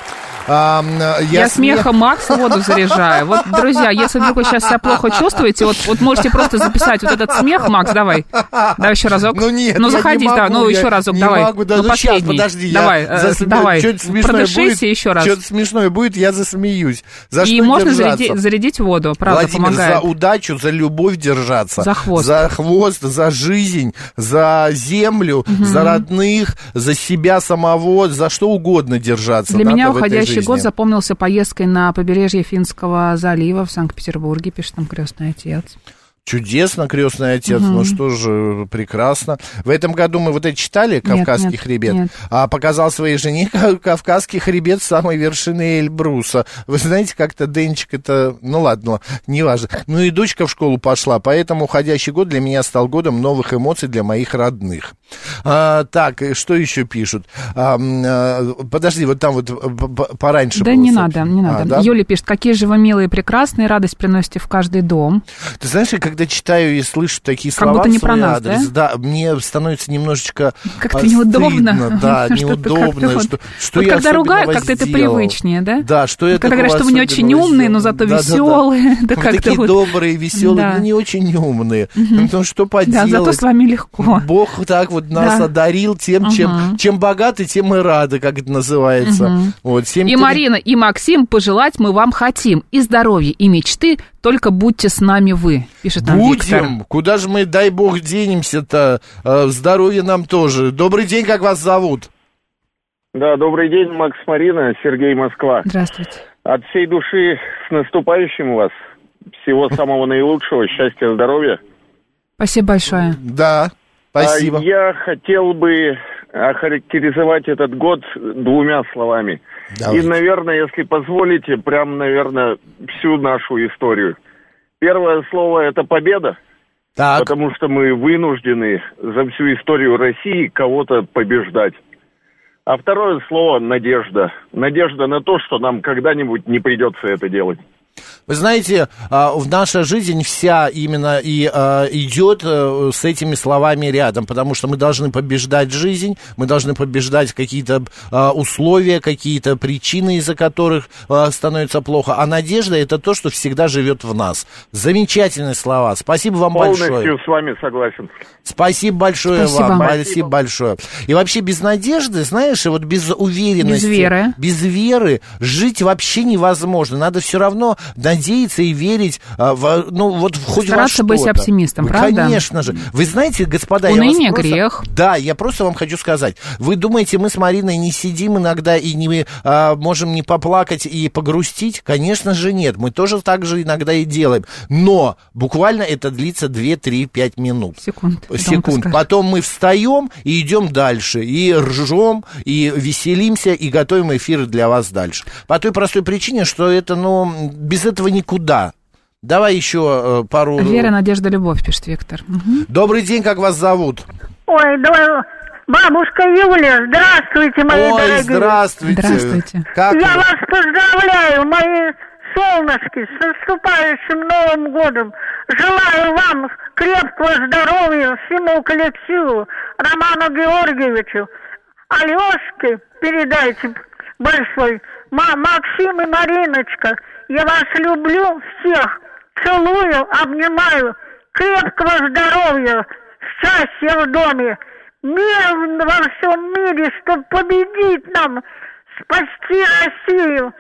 [SPEAKER 1] А, м,
[SPEAKER 2] Я,
[SPEAKER 1] смех-
[SPEAKER 2] смехом Макса воду заряжаю. Вот, друзья, если вдруг вы сейчас себя плохо чувствуете, вот, вот можете просто записать вот этот смех, Макс, давай. Давай еще разок. Ну
[SPEAKER 1] нет,
[SPEAKER 2] ну
[SPEAKER 1] я не
[SPEAKER 2] заходи,
[SPEAKER 1] могу,
[SPEAKER 2] да, ну
[SPEAKER 1] я
[SPEAKER 2] еще разок,
[SPEAKER 1] не
[SPEAKER 2] давай.
[SPEAKER 1] могу, да,
[SPEAKER 2] ну,
[SPEAKER 1] ну, щас,
[SPEAKER 2] последний.
[SPEAKER 1] подожди, я
[SPEAKER 2] давай, э,
[SPEAKER 1] засме-
[SPEAKER 2] давай.
[SPEAKER 1] чё-то смешное
[SPEAKER 2] Продышись
[SPEAKER 1] будет,
[SPEAKER 2] и еще раз.
[SPEAKER 1] Что-то смешное будет, я засмеюсь. За
[SPEAKER 2] и
[SPEAKER 1] что
[SPEAKER 2] можно
[SPEAKER 1] держаться?
[SPEAKER 2] заряди- зарядить воду, правда,
[SPEAKER 1] Владимир, за
[SPEAKER 2] помогает.
[SPEAKER 1] удачу, за любовь держаться.
[SPEAKER 2] За хвост.
[SPEAKER 1] За хвост, за жизнь, за землю, за родных, за себя самого, за что угодно держаться.
[SPEAKER 2] Для
[SPEAKER 1] надо
[SPEAKER 2] меня
[SPEAKER 1] в этой
[SPEAKER 2] уходящий
[SPEAKER 1] жизни.
[SPEAKER 2] год запомнился поездкой на побережье Финского залива в Санкт-Петербурге, пишет там крестный отец.
[SPEAKER 1] Чудесно, крестный отец,
[SPEAKER 2] Мгм.
[SPEAKER 1] ну что же, прекрасно. В этом году мы вот это читали, «Кавказский
[SPEAKER 2] нет,
[SPEAKER 1] хребет»,
[SPEAKER 2] нет.
[SPEAKER 1] а показал своей жене «Кав- «Кавказский хребет» с самой вершины Эльбруса. Вы знаете, как-то Денчик это, ну ладно, неважно. Ну и дочка в школу пошла, поэтому уходящий год для меня стал годом новых эмоций для моих родных. А, так, и что еще пишут? А, м, а, подожди, вот там вот э, п- п- пораньше
[SPEAKER 2] Да
[SPEAKER 1] было
[SPEAKER 2] не
[SPEAKER 1] всё.
[SPEAKER 2] надо, не
[SPEAKER 1] А,
[SPEAKER 2] надо.
[SPEAKER 1] да?
[SPEAKER 2] Юля пишет, какие же вы милые и прекрасные, радость приносите в каждый дом.
[SPEAKER 1] Ты знаешь, я когда читаю и слышу такие
[SPEAKER 2] Как
[SPEAKER 1] слова
[SPEAKER 2] будто
[SPEAKER 1] в
[SPEAKER 2] не
[SPEAKER 1] свой
[SPEAKER 2] про нас,
[SPEAKER 1] адрес, да? мне становится немножечко
[SPEAKER 2] Как-то
[SPEAKER 1] а,
[SPEAKER 2] неудобно.
[SPEAKER 1] стыдно, да,
[SPEAKER 2] Что-то
[SPEAKER 1] неудобно,
[SPEAKER 2] как-то вот-
[SPEAKER 1] что, что
[SPEAKER 2] вот
[SPEAKER 1] я
[SPEAKER 2] когда
[SPEAKER 1] особенного
[SPEAKER 2] ругают, как-то это
[SPEAKER 1] сделал.
[SPEAKER 2] привычнее, да? Ну,
[SPEAKER 1] Да, что я
[SPEAKER 2] Когда
[SPEAKER 1] такого
[SPEAKER 2] говорят, что мы не очень
[SPEAKER 1] особенного
[SPEAKER 2] умные, но
[SPEAKER 1] сделал.
[SPEAKER 2] зато
[SPEAKER 1] Да, да, да.
[SPEAKER 2] веселые. Да,
[SPEAKER 1] Мы
[SPEAKER 2] как-то
[SPEAKER 1] такие
[SPEAKER 2] вот-
[SPEAKER 1] добрые, веселые,
[SPEAKER 2] Да.
[SPEAKER 1] но не очень умные.
[SPEAKER 2] Мгм.
[SPEAKER 1] Ну что
[SPEAKER 2] Да,
[SPEAKER 1] поделать?
[SPEAKER 2] зато с вами легко.
[SPEAKER 1] Бог вот так вот нас
[SPEAKER 2] Да.
[SPEAKER 1] одарил тем, чем,
[SPEAKER 2] Мгм.
[SPEAKER 1] чем богаты, тем и рады, как это называется.
[SPEAKER 2] Мгм.
[SPEAKER 1] Вот, семь
[SPEAKER 2] И
[SPEAKER 1] три-
[SPEAKER 2] Марина, и Максим, пожелать мы вам хотим. И здоровья, и мечты, только будьте с нами вы, пишет нам Виктор.
[SPEAKER 1] Будем. Куда же мы, дай бог, денемся-то? Э, Здоровья нам тоже. Добрый день, как вас зовут?
[SPEAKER 10] Да, добрый день, Макс Марина, Сергей Москва.
[SPEAKER 2] Здравствуйте.
[SPEAKER 10] От всей души с наступающим вас. Всего самого наилучшего, счастья, здоровья.
[SPEAKER 2] Спасибо большое.
[SPEAKER 1] Да,
[SPEAKER 10] спасибо. А, я хотел бы охарактеризовать этот год двумя словами.
[SPEAKER 1] Давайте.
[SPEAKER 10] И, наверное, если позволите, прям, наверное, всю нашу историю. Первое слово – это победа. Потому что мы вынуждены за всю историю России кого-то побеждать. А второе слово – надежда. Надежда на то, что нам когда-нибудь не придется это делать.
[SPEAKER 1] Вы знаете, а, в наша жизнь вся именно и а, идет э, с этими словами рядом, потому что мы должны побеждать жизнь, мы должны побеждать какие-то а, условия, какие-то причины, из-за которых а, становится плохо. А надежда это то, что всегда живет в нас. Замечательные слова. Спасибо вам
[SPEAKER 10] Полностью
[SPEAKER 1] большое.
[SPEAKER 10] с вами согласен.
[SPEAKER 1] Спасибо большое
[SPEAKER 10] Спасибо.
[SPEAKER 1] вам.
[SPEAKER 10] Спасибо.
[SPEAKER 1] Спасибо большое. И вообще без надежды, знаешь, и вот без уверенности.
[SPEAKER 2] Без веры.
[SPEAKER 1] Без веры жить вообще невозможно. Надо все равно надеяться и верить, а, во- ну, вот в- хоть во
[SPEAKER 2] Стараться
[SPEAKER 1] что
[SPEAKER 2] быть оптимистом, правда?
[SPEAKER 1] Конечно же. Вы знаете, господа, я вас
[SPEAKER 2] Уныние
[SPEAKER 1] просто-
[SPEAKER 2] грех.
[SPEAKER 1] Да, я просто вам хочу сказать. Вы думаете, мы с Мариной не сидим иногда и не а, можем не поплакать и погрустить? Конечно же нет. Мы тоже так же иногда и делаем. Но буквально это длится 2-3-5 минут.
[SPEAKER 2] Секунд.
[SPEAKER 1] Секунд. Потом мы встаем и идем дальше. И ржем, и веселимся, и готовим эфиры для вас дальше. По той простой причине, что это, ну, без этого никуда. Давай еще э, пару...
[SPEAKER 2] Вера, надежда, любовь, пишет Виктор. Мгм.
[SPEAKER 1] Добрый день, как вас зовут?
[SPEAKER 9] Ой, да, бабушка Юля, здравствуйте, мои
[SPEAKER 1] Ой,
[SPEAKER 9] дорогие.
[SPEAKER 1] здравствуйте. Как
[SPEAKER 9] Я
[SPEAKER 1] вы?
[SPEAKER 9] вас поздравляю, мои солнышки, с наступающим Новым годом. Желаю вам крепкого здоровья всему коллективу, Роману Георгиевичу, Алешке передайте большой, Ма- Максим и Мариночка. Я вас люблю всех, целую, обнимаю. Крепкого здоровья, счастья в доме. Мир во всем мире, чтобы победить нам, спасти Россию.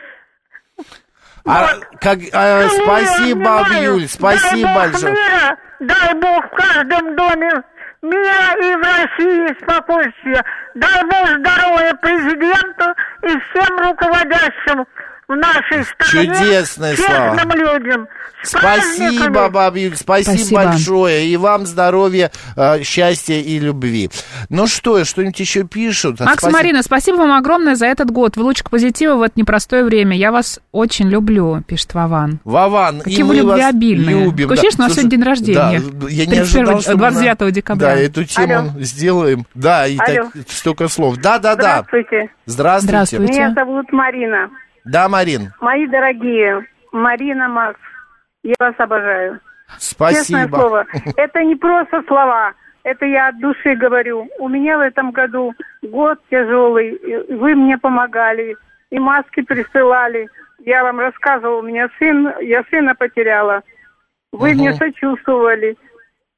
[SPEAKER 1] А, как, а,
[SPEAKER 9] Целую,
[SPEAKER 1] спасибо, баба
[SPEAKER 9] обнимаю.
[SPEAKER 1] Юль, спасибо
[SPEAKER 9] дай Бог
[SPEAKER 1] большое.
[SPEAKER 9] Мира, дай Бог в каждом доме мира и в России спокойствия. Дай Бог здоровья президенту и всем руководящим в нашей стране.
[SPEAKER 1] Чудесные слова.
[SPEAKER 9] честным людям. С
[SPEAKER 1] Спасибо,
[SPEAKER 9] праздниками.
[SPEAKER 1] баба Юль, спасибо,
[SPEAKER 9] Спасибо.
[SPEAKER 1] большое. И вам здоровья, э, счастья и любви. Ну что, что-нибудь еще пишут?
[SPEAKER 2] Макс и
[SPEAKER 1] Спасибо.
[SPEAKER 2] Марина, спасибо вам огромное за этот год. Вы лучик позитива в это непростое время. Я вас очень люблю, пишет Вован.
[SPEAKER 1] Вован,
[SPEAKER 2] Какие
[SPEAKER 1] и
[SPEAKER 2] вы
[SPEAKER 1] мы
[SPEAKER 2] любвеобильные.
[SPEAKER 1] вас любим.
[SPEAKER 2] Такое ощущение, что у нас
[SPEAKER 1] Слушай,
[SPEAKER 2] сегодня день рождения.
[SPEAKER 1] Да, я не
[SPEAKER 2] 31
[SPEAKER 1] ожидал, что мы на-
[SPEAKER 2] 29 декабря.
[SPEAKER 1] Да, эту тему
[SPEAKER 11] Алло.
[SPEAKER 1] сделаем. Да, и так,
[SPEAKER 11] Алло.
[SPEAKER 1] столько слов. Да, да, да.
[SPEAKER 11] Здравствуйте.
[SPEAKER 1] Здравствуйте.
[SPEAKER 11] Меня зовут Марина.
[SPEAKER 1] Да, Марин,
[SPEAKER 11] Мои дорогие, Марина Макс, я вас обожаю. Честное
[SPEAKER 1] спасибо.
[SPEAKER 11] слово, это не просто слова, это я от души говорю. У меня в этом году год тяжелый, и вы мне помогали, и маски присылали. Я вам рассказывала, у меня сын, я сына потеряла. Вы мне сочувствовали.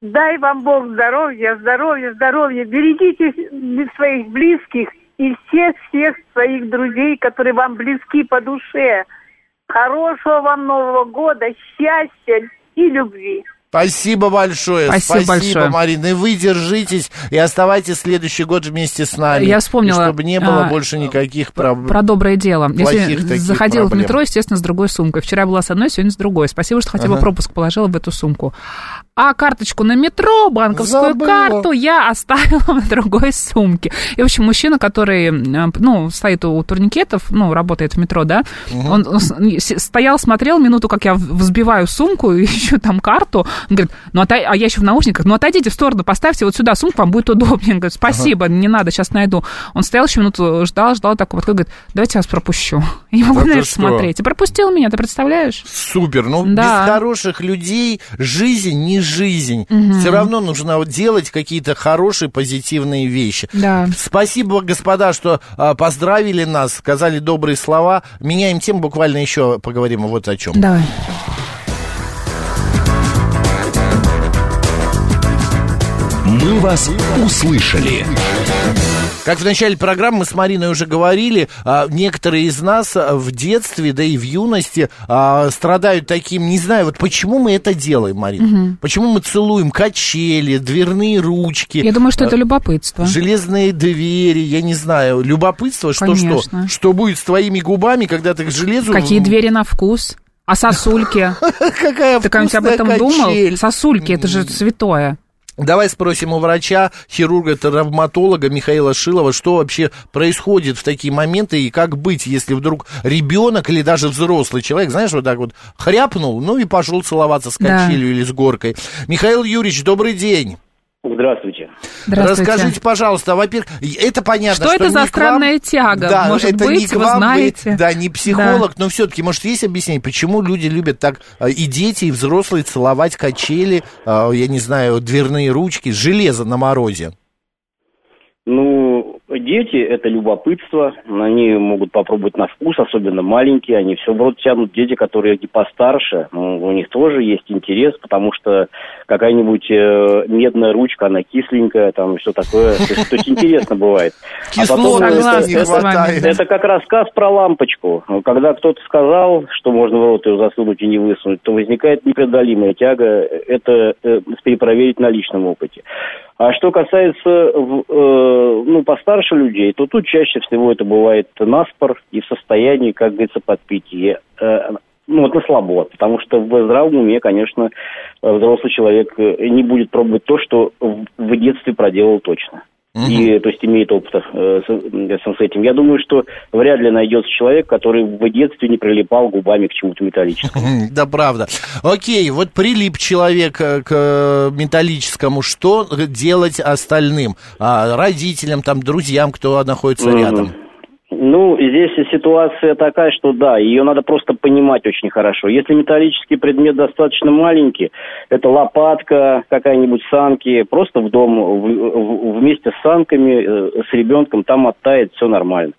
[SPEAKER 11] Дай вам Бог здоровья, здоровья, здоровья. Берегите с- своих близких и всех-всех своих друзей, которые вам близки по душе. Хорошего вам Нового года, счастья и любви.
[SPEAKER 1] Спасибо большое,
[SPEAKER 2] Спасибо большое.
[SPEAKER 1] Марина. И вы держитесь, и оставайтесь следующий год вместе с нами.
[SPEAKER 2] Я
[SPEAKER 1] И
[SPEAKER 2] вспомнила,
[SPEAKER 1] чтобы не было
[SPEAKER 2] а,
[SPEAKER 1] больше никаких проблем.
[SPEAKER 2] Про доброе дело. Я
[SPEAKER 1] Плохих
[SPEAKER 2] сегодня
[SPEAKER 1] таких
[SPEAKER 2] заходила
[SPEAKER 1] проблем.
[SPEAKER 2] в метро, естественно, с другой сумкой. Вчера я была с одной, сегодня с другой. Спасибо, что хотя бы
[SPEAKER 1] Ага.
[SPEAKER 2] пропуск положила в эту сумку. А карточку на метро, банковскую
[SPEAKER 12] Забыла.
[SPEAKER 2] карту я оставила в другой сумке. И, в общем, мужчина, который, э, ну, стоит у турникетов, ну, работает в метро, да,
[SPEAKER 12] Мгм.
[SPEAKER 2] он с- ну, с- стоял, смотрел минуту, как я в- взбиваю сумку и ищу там карту. Он говорит, ну, отай- а я еще в наушниках, ну, отойдите в сторону, поставьте вот сюда сумку, вам будет удобнее. Он говорит, спасибо, не надо, сейчас найду. Он стоял еще минуту, ждал, ждал, такой вот, говорит, давайте я вас пропущу. Я не могу
[SPEAKER 1] Да
[SPEAKER 2] на
[SPEAKER 1] ты
[SPEAKER 2] это
[SPEAKER 1] что?
[SPEAKER 2] смотреть. И пропустил меня, ты представляешь?
[SPEAKER 1] Супер. Ну,
[SPEAKER 2] Да.
[SPEAKER 1] без хороших людей жизнь не жизнь.
[SPEAKER 2] Мгм.
[SPEAKER 1] Все равно нужно вот делать какие-то хорошие, позитивные вещи.
[SPEAKER 2] Да.
[SPEAKER 1] Спасибо, господа, что а, поздравили нас, сказали добрые слова. Меняем тему, буквально еще поговорим вот о чем.
[SPEAKER 2] Давай.
[SPEAKER 3] «Мы вас услышали».
[SPEAKER 1] Как в начале программы мы с Мариной уже говорили, а, некоторые из нас а, в детстве, да и в юности а, страдают таким, не знаю, вот почему мы это делаем, Марина?
[SPEAKER 2] Мгм.
[SPEAKER 1] Почему мы целуем качели, дверные ручки?
[SPEAKER 2] Я думаю, что это
[SPEAKER 1] А,
[SPEAKER 2] любопытство.
[SPEAKER 1] Железные двери, я не знаю, любопытство, что
[SPEAKER 2] Конечно.
[SPEAKER 1] что, что будет с твоими губами, когда ты к железу...
[SPEAKER 2] Какие двери на вкус? А сосульки?
[SPEAKER 1] Какая
[SPEAKER 2] Ты когда-нибудь об
[SPEAKER 1] вкусная
[SPEAKER 2] этом думал?
[SPEAKER 1] качель.
[SPEAKER 2] Сосульки, это же святое.
[SPEAKER 1] Давай спросим у врача, хирурга-травматолога Михаила Шилова, что вообще происходит в такие моменты и как быть, если вдруг ребенок или даже взрослый человек, знаешь, вот так вот хряпнул, ну и пошел целоваться с
[SPEAKER 2] Да.
[SPEAKER 1] качелью или с горкой. Михаил Юрьевич, добрый день.
[SPEAKER 12] Здравствуйте.
[SPEAKER 2] Здравствуйте.
[SPEAKER 1] Расскажите, пожалуйста, во-первых, это понятно,
[SPEAKER 2] Что это
[SPEAKER 1] не
[SPEAKER 2] за
[SPEAKER 1] к вам-
[SPEAKER 2] странная тяга?
[SPEAKER 1] А Да,
[SPEAKER 2] Может
[SPEAKER 1] это не
[SPEAKER 2] быть,
[SPEAKER 1] к
[SPEAKER 2] вы
[SPEAKER 1] вам,
[SPEAKER 2] знаете.
[SPEAKER 1] Да, не психолог, но все-таки, может, есть объяснение, почему люди любят так э, и дети, и взрослые целовать качели, э, я не знаю, дверные ручки, железо на морозе?
[SPEAKER 12] Ну, дети – это любопытство. Они могут попробовать на вкус, особенно маленькие. Они все в рот тянут. Дети, которые и постарше, ну, у них тоже есть интерес, потому что какая-нибудь э, медная ручка, она кисленькая, там все такое. То есть, то есть интересно бывает. А потом
[SPEAKER 1] Кислотности
[SPEAKER 12] это-
[SPEAKER 1] Согласна не
[SPEAKER 12] это-
[SPEAKER 1] хватает.
[SPEAKER 12] Это как рассказ про лампочку. Ну, Когда кто-то сказал, что можно в рот ее засунуть и не высунуть, то возникает непреодолимая тяга. Это э, перепроверить на личном опыте. А что касается в- э, ну, постарше людей, то тут чаще всего это бывает наспор и в состоянии, как говорится, подпития. Э, ну, вот на слабо, потому что в здравом уме, конечно, э, взрослый человек э, не будет пробовать то, что в в детстве проделал точно. И, то есть, имеет опыт э, с, с- с этим. Я думаю, что вряд ли найдется человек, который в детстве не прилипал губами к чему-то металлическому.
[SPEAKER 1] Да, правда. Окей, вот прилип человек э, к э, металлическому, что делать остальным? А, родителям, там, друзьям, кто находится
[SPEAKER 12] Мгм.
[SPEAKER 1] рядом?
[SPEAKER 12] Ну, здесь ситуация такая, что да, ее надо просто понимать очень хорошо. Если металлический предмет достаточно маленький, это лопатка, какая-нибудь санки, просто в дом в- в- вместе с санками, э, с ребенком, там оттает, все нормально.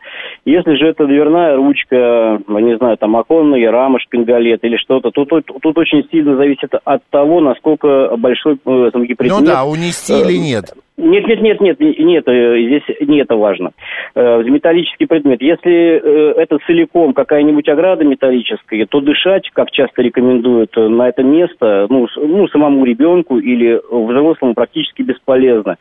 [SPEAKER 12] Если же это дверная ручка, ну, не знаю, там оконная рама, шпингалет или что-то, тут, тут, тут очень сильно зависит от того, насколько большой э, там, предмет.
[SPEAKER 1] Ну да, унести
[SPEAKER 12] э,
[SPEAKER 1] или нет?
[SPEAKER 12] нет, нет, нет, нет, не- нет, э, здесь не это важно. Э, Металлический предмет. Если э, это целиком какая-нибудь ограда металлическая, то дышать, как часто рекомендуют э, на это место, ну, с- ну самому ребенку или взрослому практически бесполезно.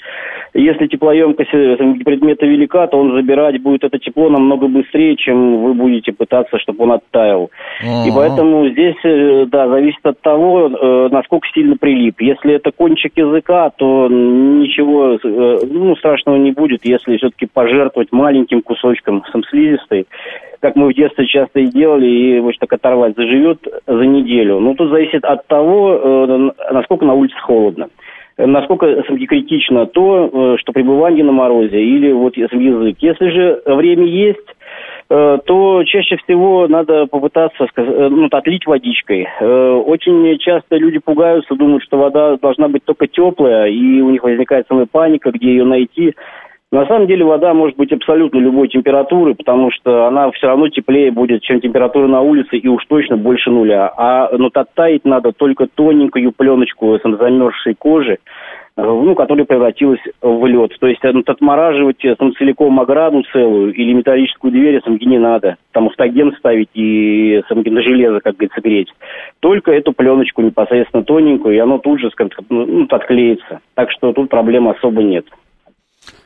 [SPEAKER 12] Если теплоемкость э, там, предмета велика, то он забирать будет это тепло намного быстрее, чем вы будете пытаться, чтобы он оттаял. И поэтому здесь, э, да, зависит от того, э, насколько сильно прилип. Если это кончик языка, то ничего э, ну, страшного не будет, если все-таки пожертвовать маленьким кусочком самслизистой, как мы в детстве часто и делали, и вот так оторвать, заживет за неделю. Ну, тут зависит от того, э, н- насколько на улице холодно. Э, Насколько самки, критично то, э, что пребывание на морозе или вот э, язык. Если же время есть, э, то чаще всего надо попытаться сказ- э, ну, отлить водичкой. Э, Очень часто люди пугаются, думают, что вода должна быть только теплая, и у них возникает самая паника, где ее найти. На самом деле вода может быть абсолютно любой температуры, потому что она все равно теплее будет, чем температура на улице, и уж точно больше нуля. А ну, оттаять надо только тоненькую пленочку сам, замерзшей кожи, э, ну, которая превратилась в лед. То есть э, ну, отмораживать э, сам, целиком ограду целую или металлическую дверь сам, не надо. Там автоген ставить и э, сам, на железо, как говорится, греть. Только эту пленочку непосредственно тоненькую, и оно тут же скажем так, ну, отклеится. Так что тут проблем особо нет.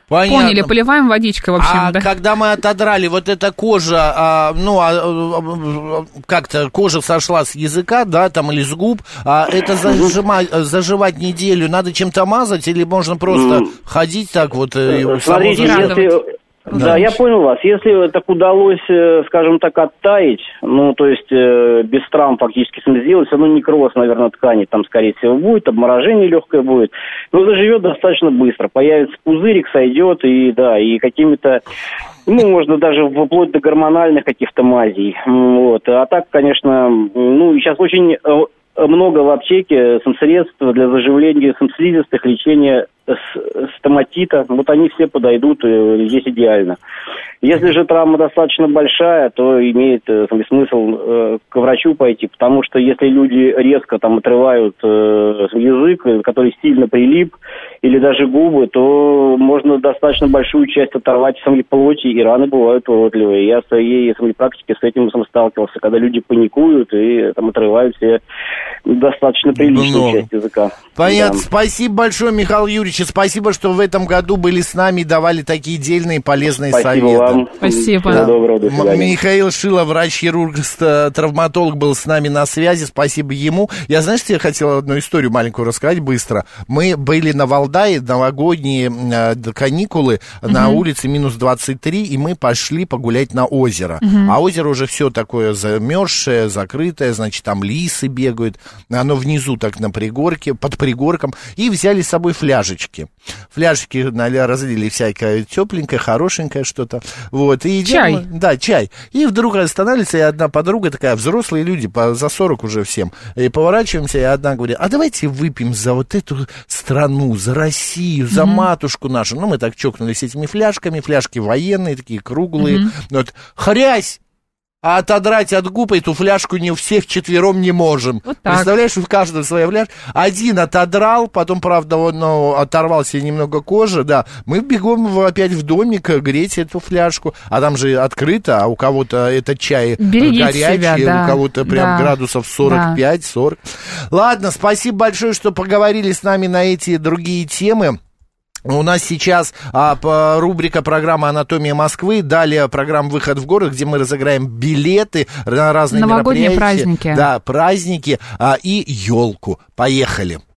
[SPEAKER 2] Поняли, поливаем водичкой, в общем,
[SPEAKER 1] А
[SPEAKER 2] да.
[SPEAKER 1] когда мы отодрали вот эта кожа, а, ну, а, а, а, как-то кожа сошла с языка, да, там, или с губ, а это зажима- заживать неделю надо чем-то мазать или можно просто
[SPEAKER 12] М.
[SPEAKER 1] ходить так вот? э, и само
[SPEAKER 12] Э, Смотрите,
[SPEAKER 1] заживает?
[SPEAKER 12] если... Да,
[SPEAKER 1] Да.
[SPEAKER 12] я понял вас. Если так удалось, э, скажем так, оттаять, ну, то есть э, без травм фактически с ним сделать, ну, некроз, наверное, ткани там, скорее всего, будет, обморожение легкое будет, но заживет достаточно быстро. Появится пузырик, сойдет, и, да, и какими-то, ну, можно даже вплоть до гормональных каких-то мазей. М, Вот. А так, конечно, м, ну, и сейчас очень э, много в аптеке сам, средств для заживления сам, слизистых, лечения с- э, стоматита. Вот они все подойдут, э, здесь идеально. Если же травма достаточно большая, то имеет э, сам, смысл э, к врачу пойти, потому что если люди резко там отрывают э, язык, э, который сильно прилип, или даже губы, то можно достаточно большую часть оторвать самой плоти, и раны бывают уродливые. Я в своей самой практике с этим сам сталкивался, когда люди паникуют и там отрывают себе достаточно приличную
[SPEAKER 1] Много.
[SPEAKER 12] часть языка.
[SPEAKER 1] Понятно.
[SPEAKER 12] Да.
[SPEAKER 1] Спасибо большое, Михаил Юрьевич. и Спасибо, что в этом году были с нами и давали такие дельные и полезные
[SPEAKER 12] Спасибо
[SPEAKER 1] советы.
[SPEAKER 12] вам. Спасибо. Всего доброго, до свидания.
[SPEAKER 1] М- Михаил Шило, врач-хирург, ст- травматолог, был с нами на связи. Спасибо ему. Я, знаешь, что я хотел одну историю маленькую рассказать быстро. Мы были на Валдае, новогодние м, э, каникулы, на
[SPEAKER 13] Мгм.
[SPEAKER 1] улице минус 23, и мы пошли погулять на озеро.
[SPEAKER 13] Мгм.
[SPEAKER 1] А а озеро уже все такое замерзшее, закрытое, значит, там лисы бегают. Оно внизу так на пригорке, под пригорком. И взяли с собой фляжечки. Фляжечки наля- разлили всякое тепленькое, хорошенькое что-то. Вот, и идем
[SPEAKER 2] Чай.
[SPEAKER 1] мы- Ну, да, чай. И вдруг останавливается, и одна подруга такая, взрослые люди, по, за 40 уже всем. И поворачиваемся, и одна говорит, а давайте выпьем за вот эту страну, за Россию, за
[SPEAKER 13] Мгм.
[SPEAKER 1] матушку нашу. Ну, мы так чокнулись этими фляжками, фляжки военные, такие круглые. Ну,
[SPEAKER 13] Мгм.
[SPEAKER 1] Вот. Хрясь! А отодрать от губ эту фляжку не у всех четвером не можем.
[SPEAKER 2] так.
[SPEAKER 1] Представляешь, у каждого своя фляжка. Один отодрал, потом, правда, он ну, оторвал себе немного кожи, да. Мы бегом в- опять в домик э, греть эту фляжку. А там же открыто, а у кого-то это чай э,
[SPEAKER 2] Берегите
[SPEAKER 1] горячий,
[SPEAKER 2] себя, да.
[SPEAKER 1] у кого-то прям
[SPEAKER 2] Да.
[SPEAKER 1] градусов 45, 40. Ладно, спасибо большое, что поговорили с нами на эти и другие темы. У нас сейчас а, по- рубрика программа «Анатомия Москвы», далее программа «Выход в город», где мы разыграем билеты на разные
[SPEAKER 2] Новогодние
[SPEAKER 1] мероприятия.
[SPEAKER 2] праздники.
[SPEAKER 1] Да, праздники а, и елку. Поехали.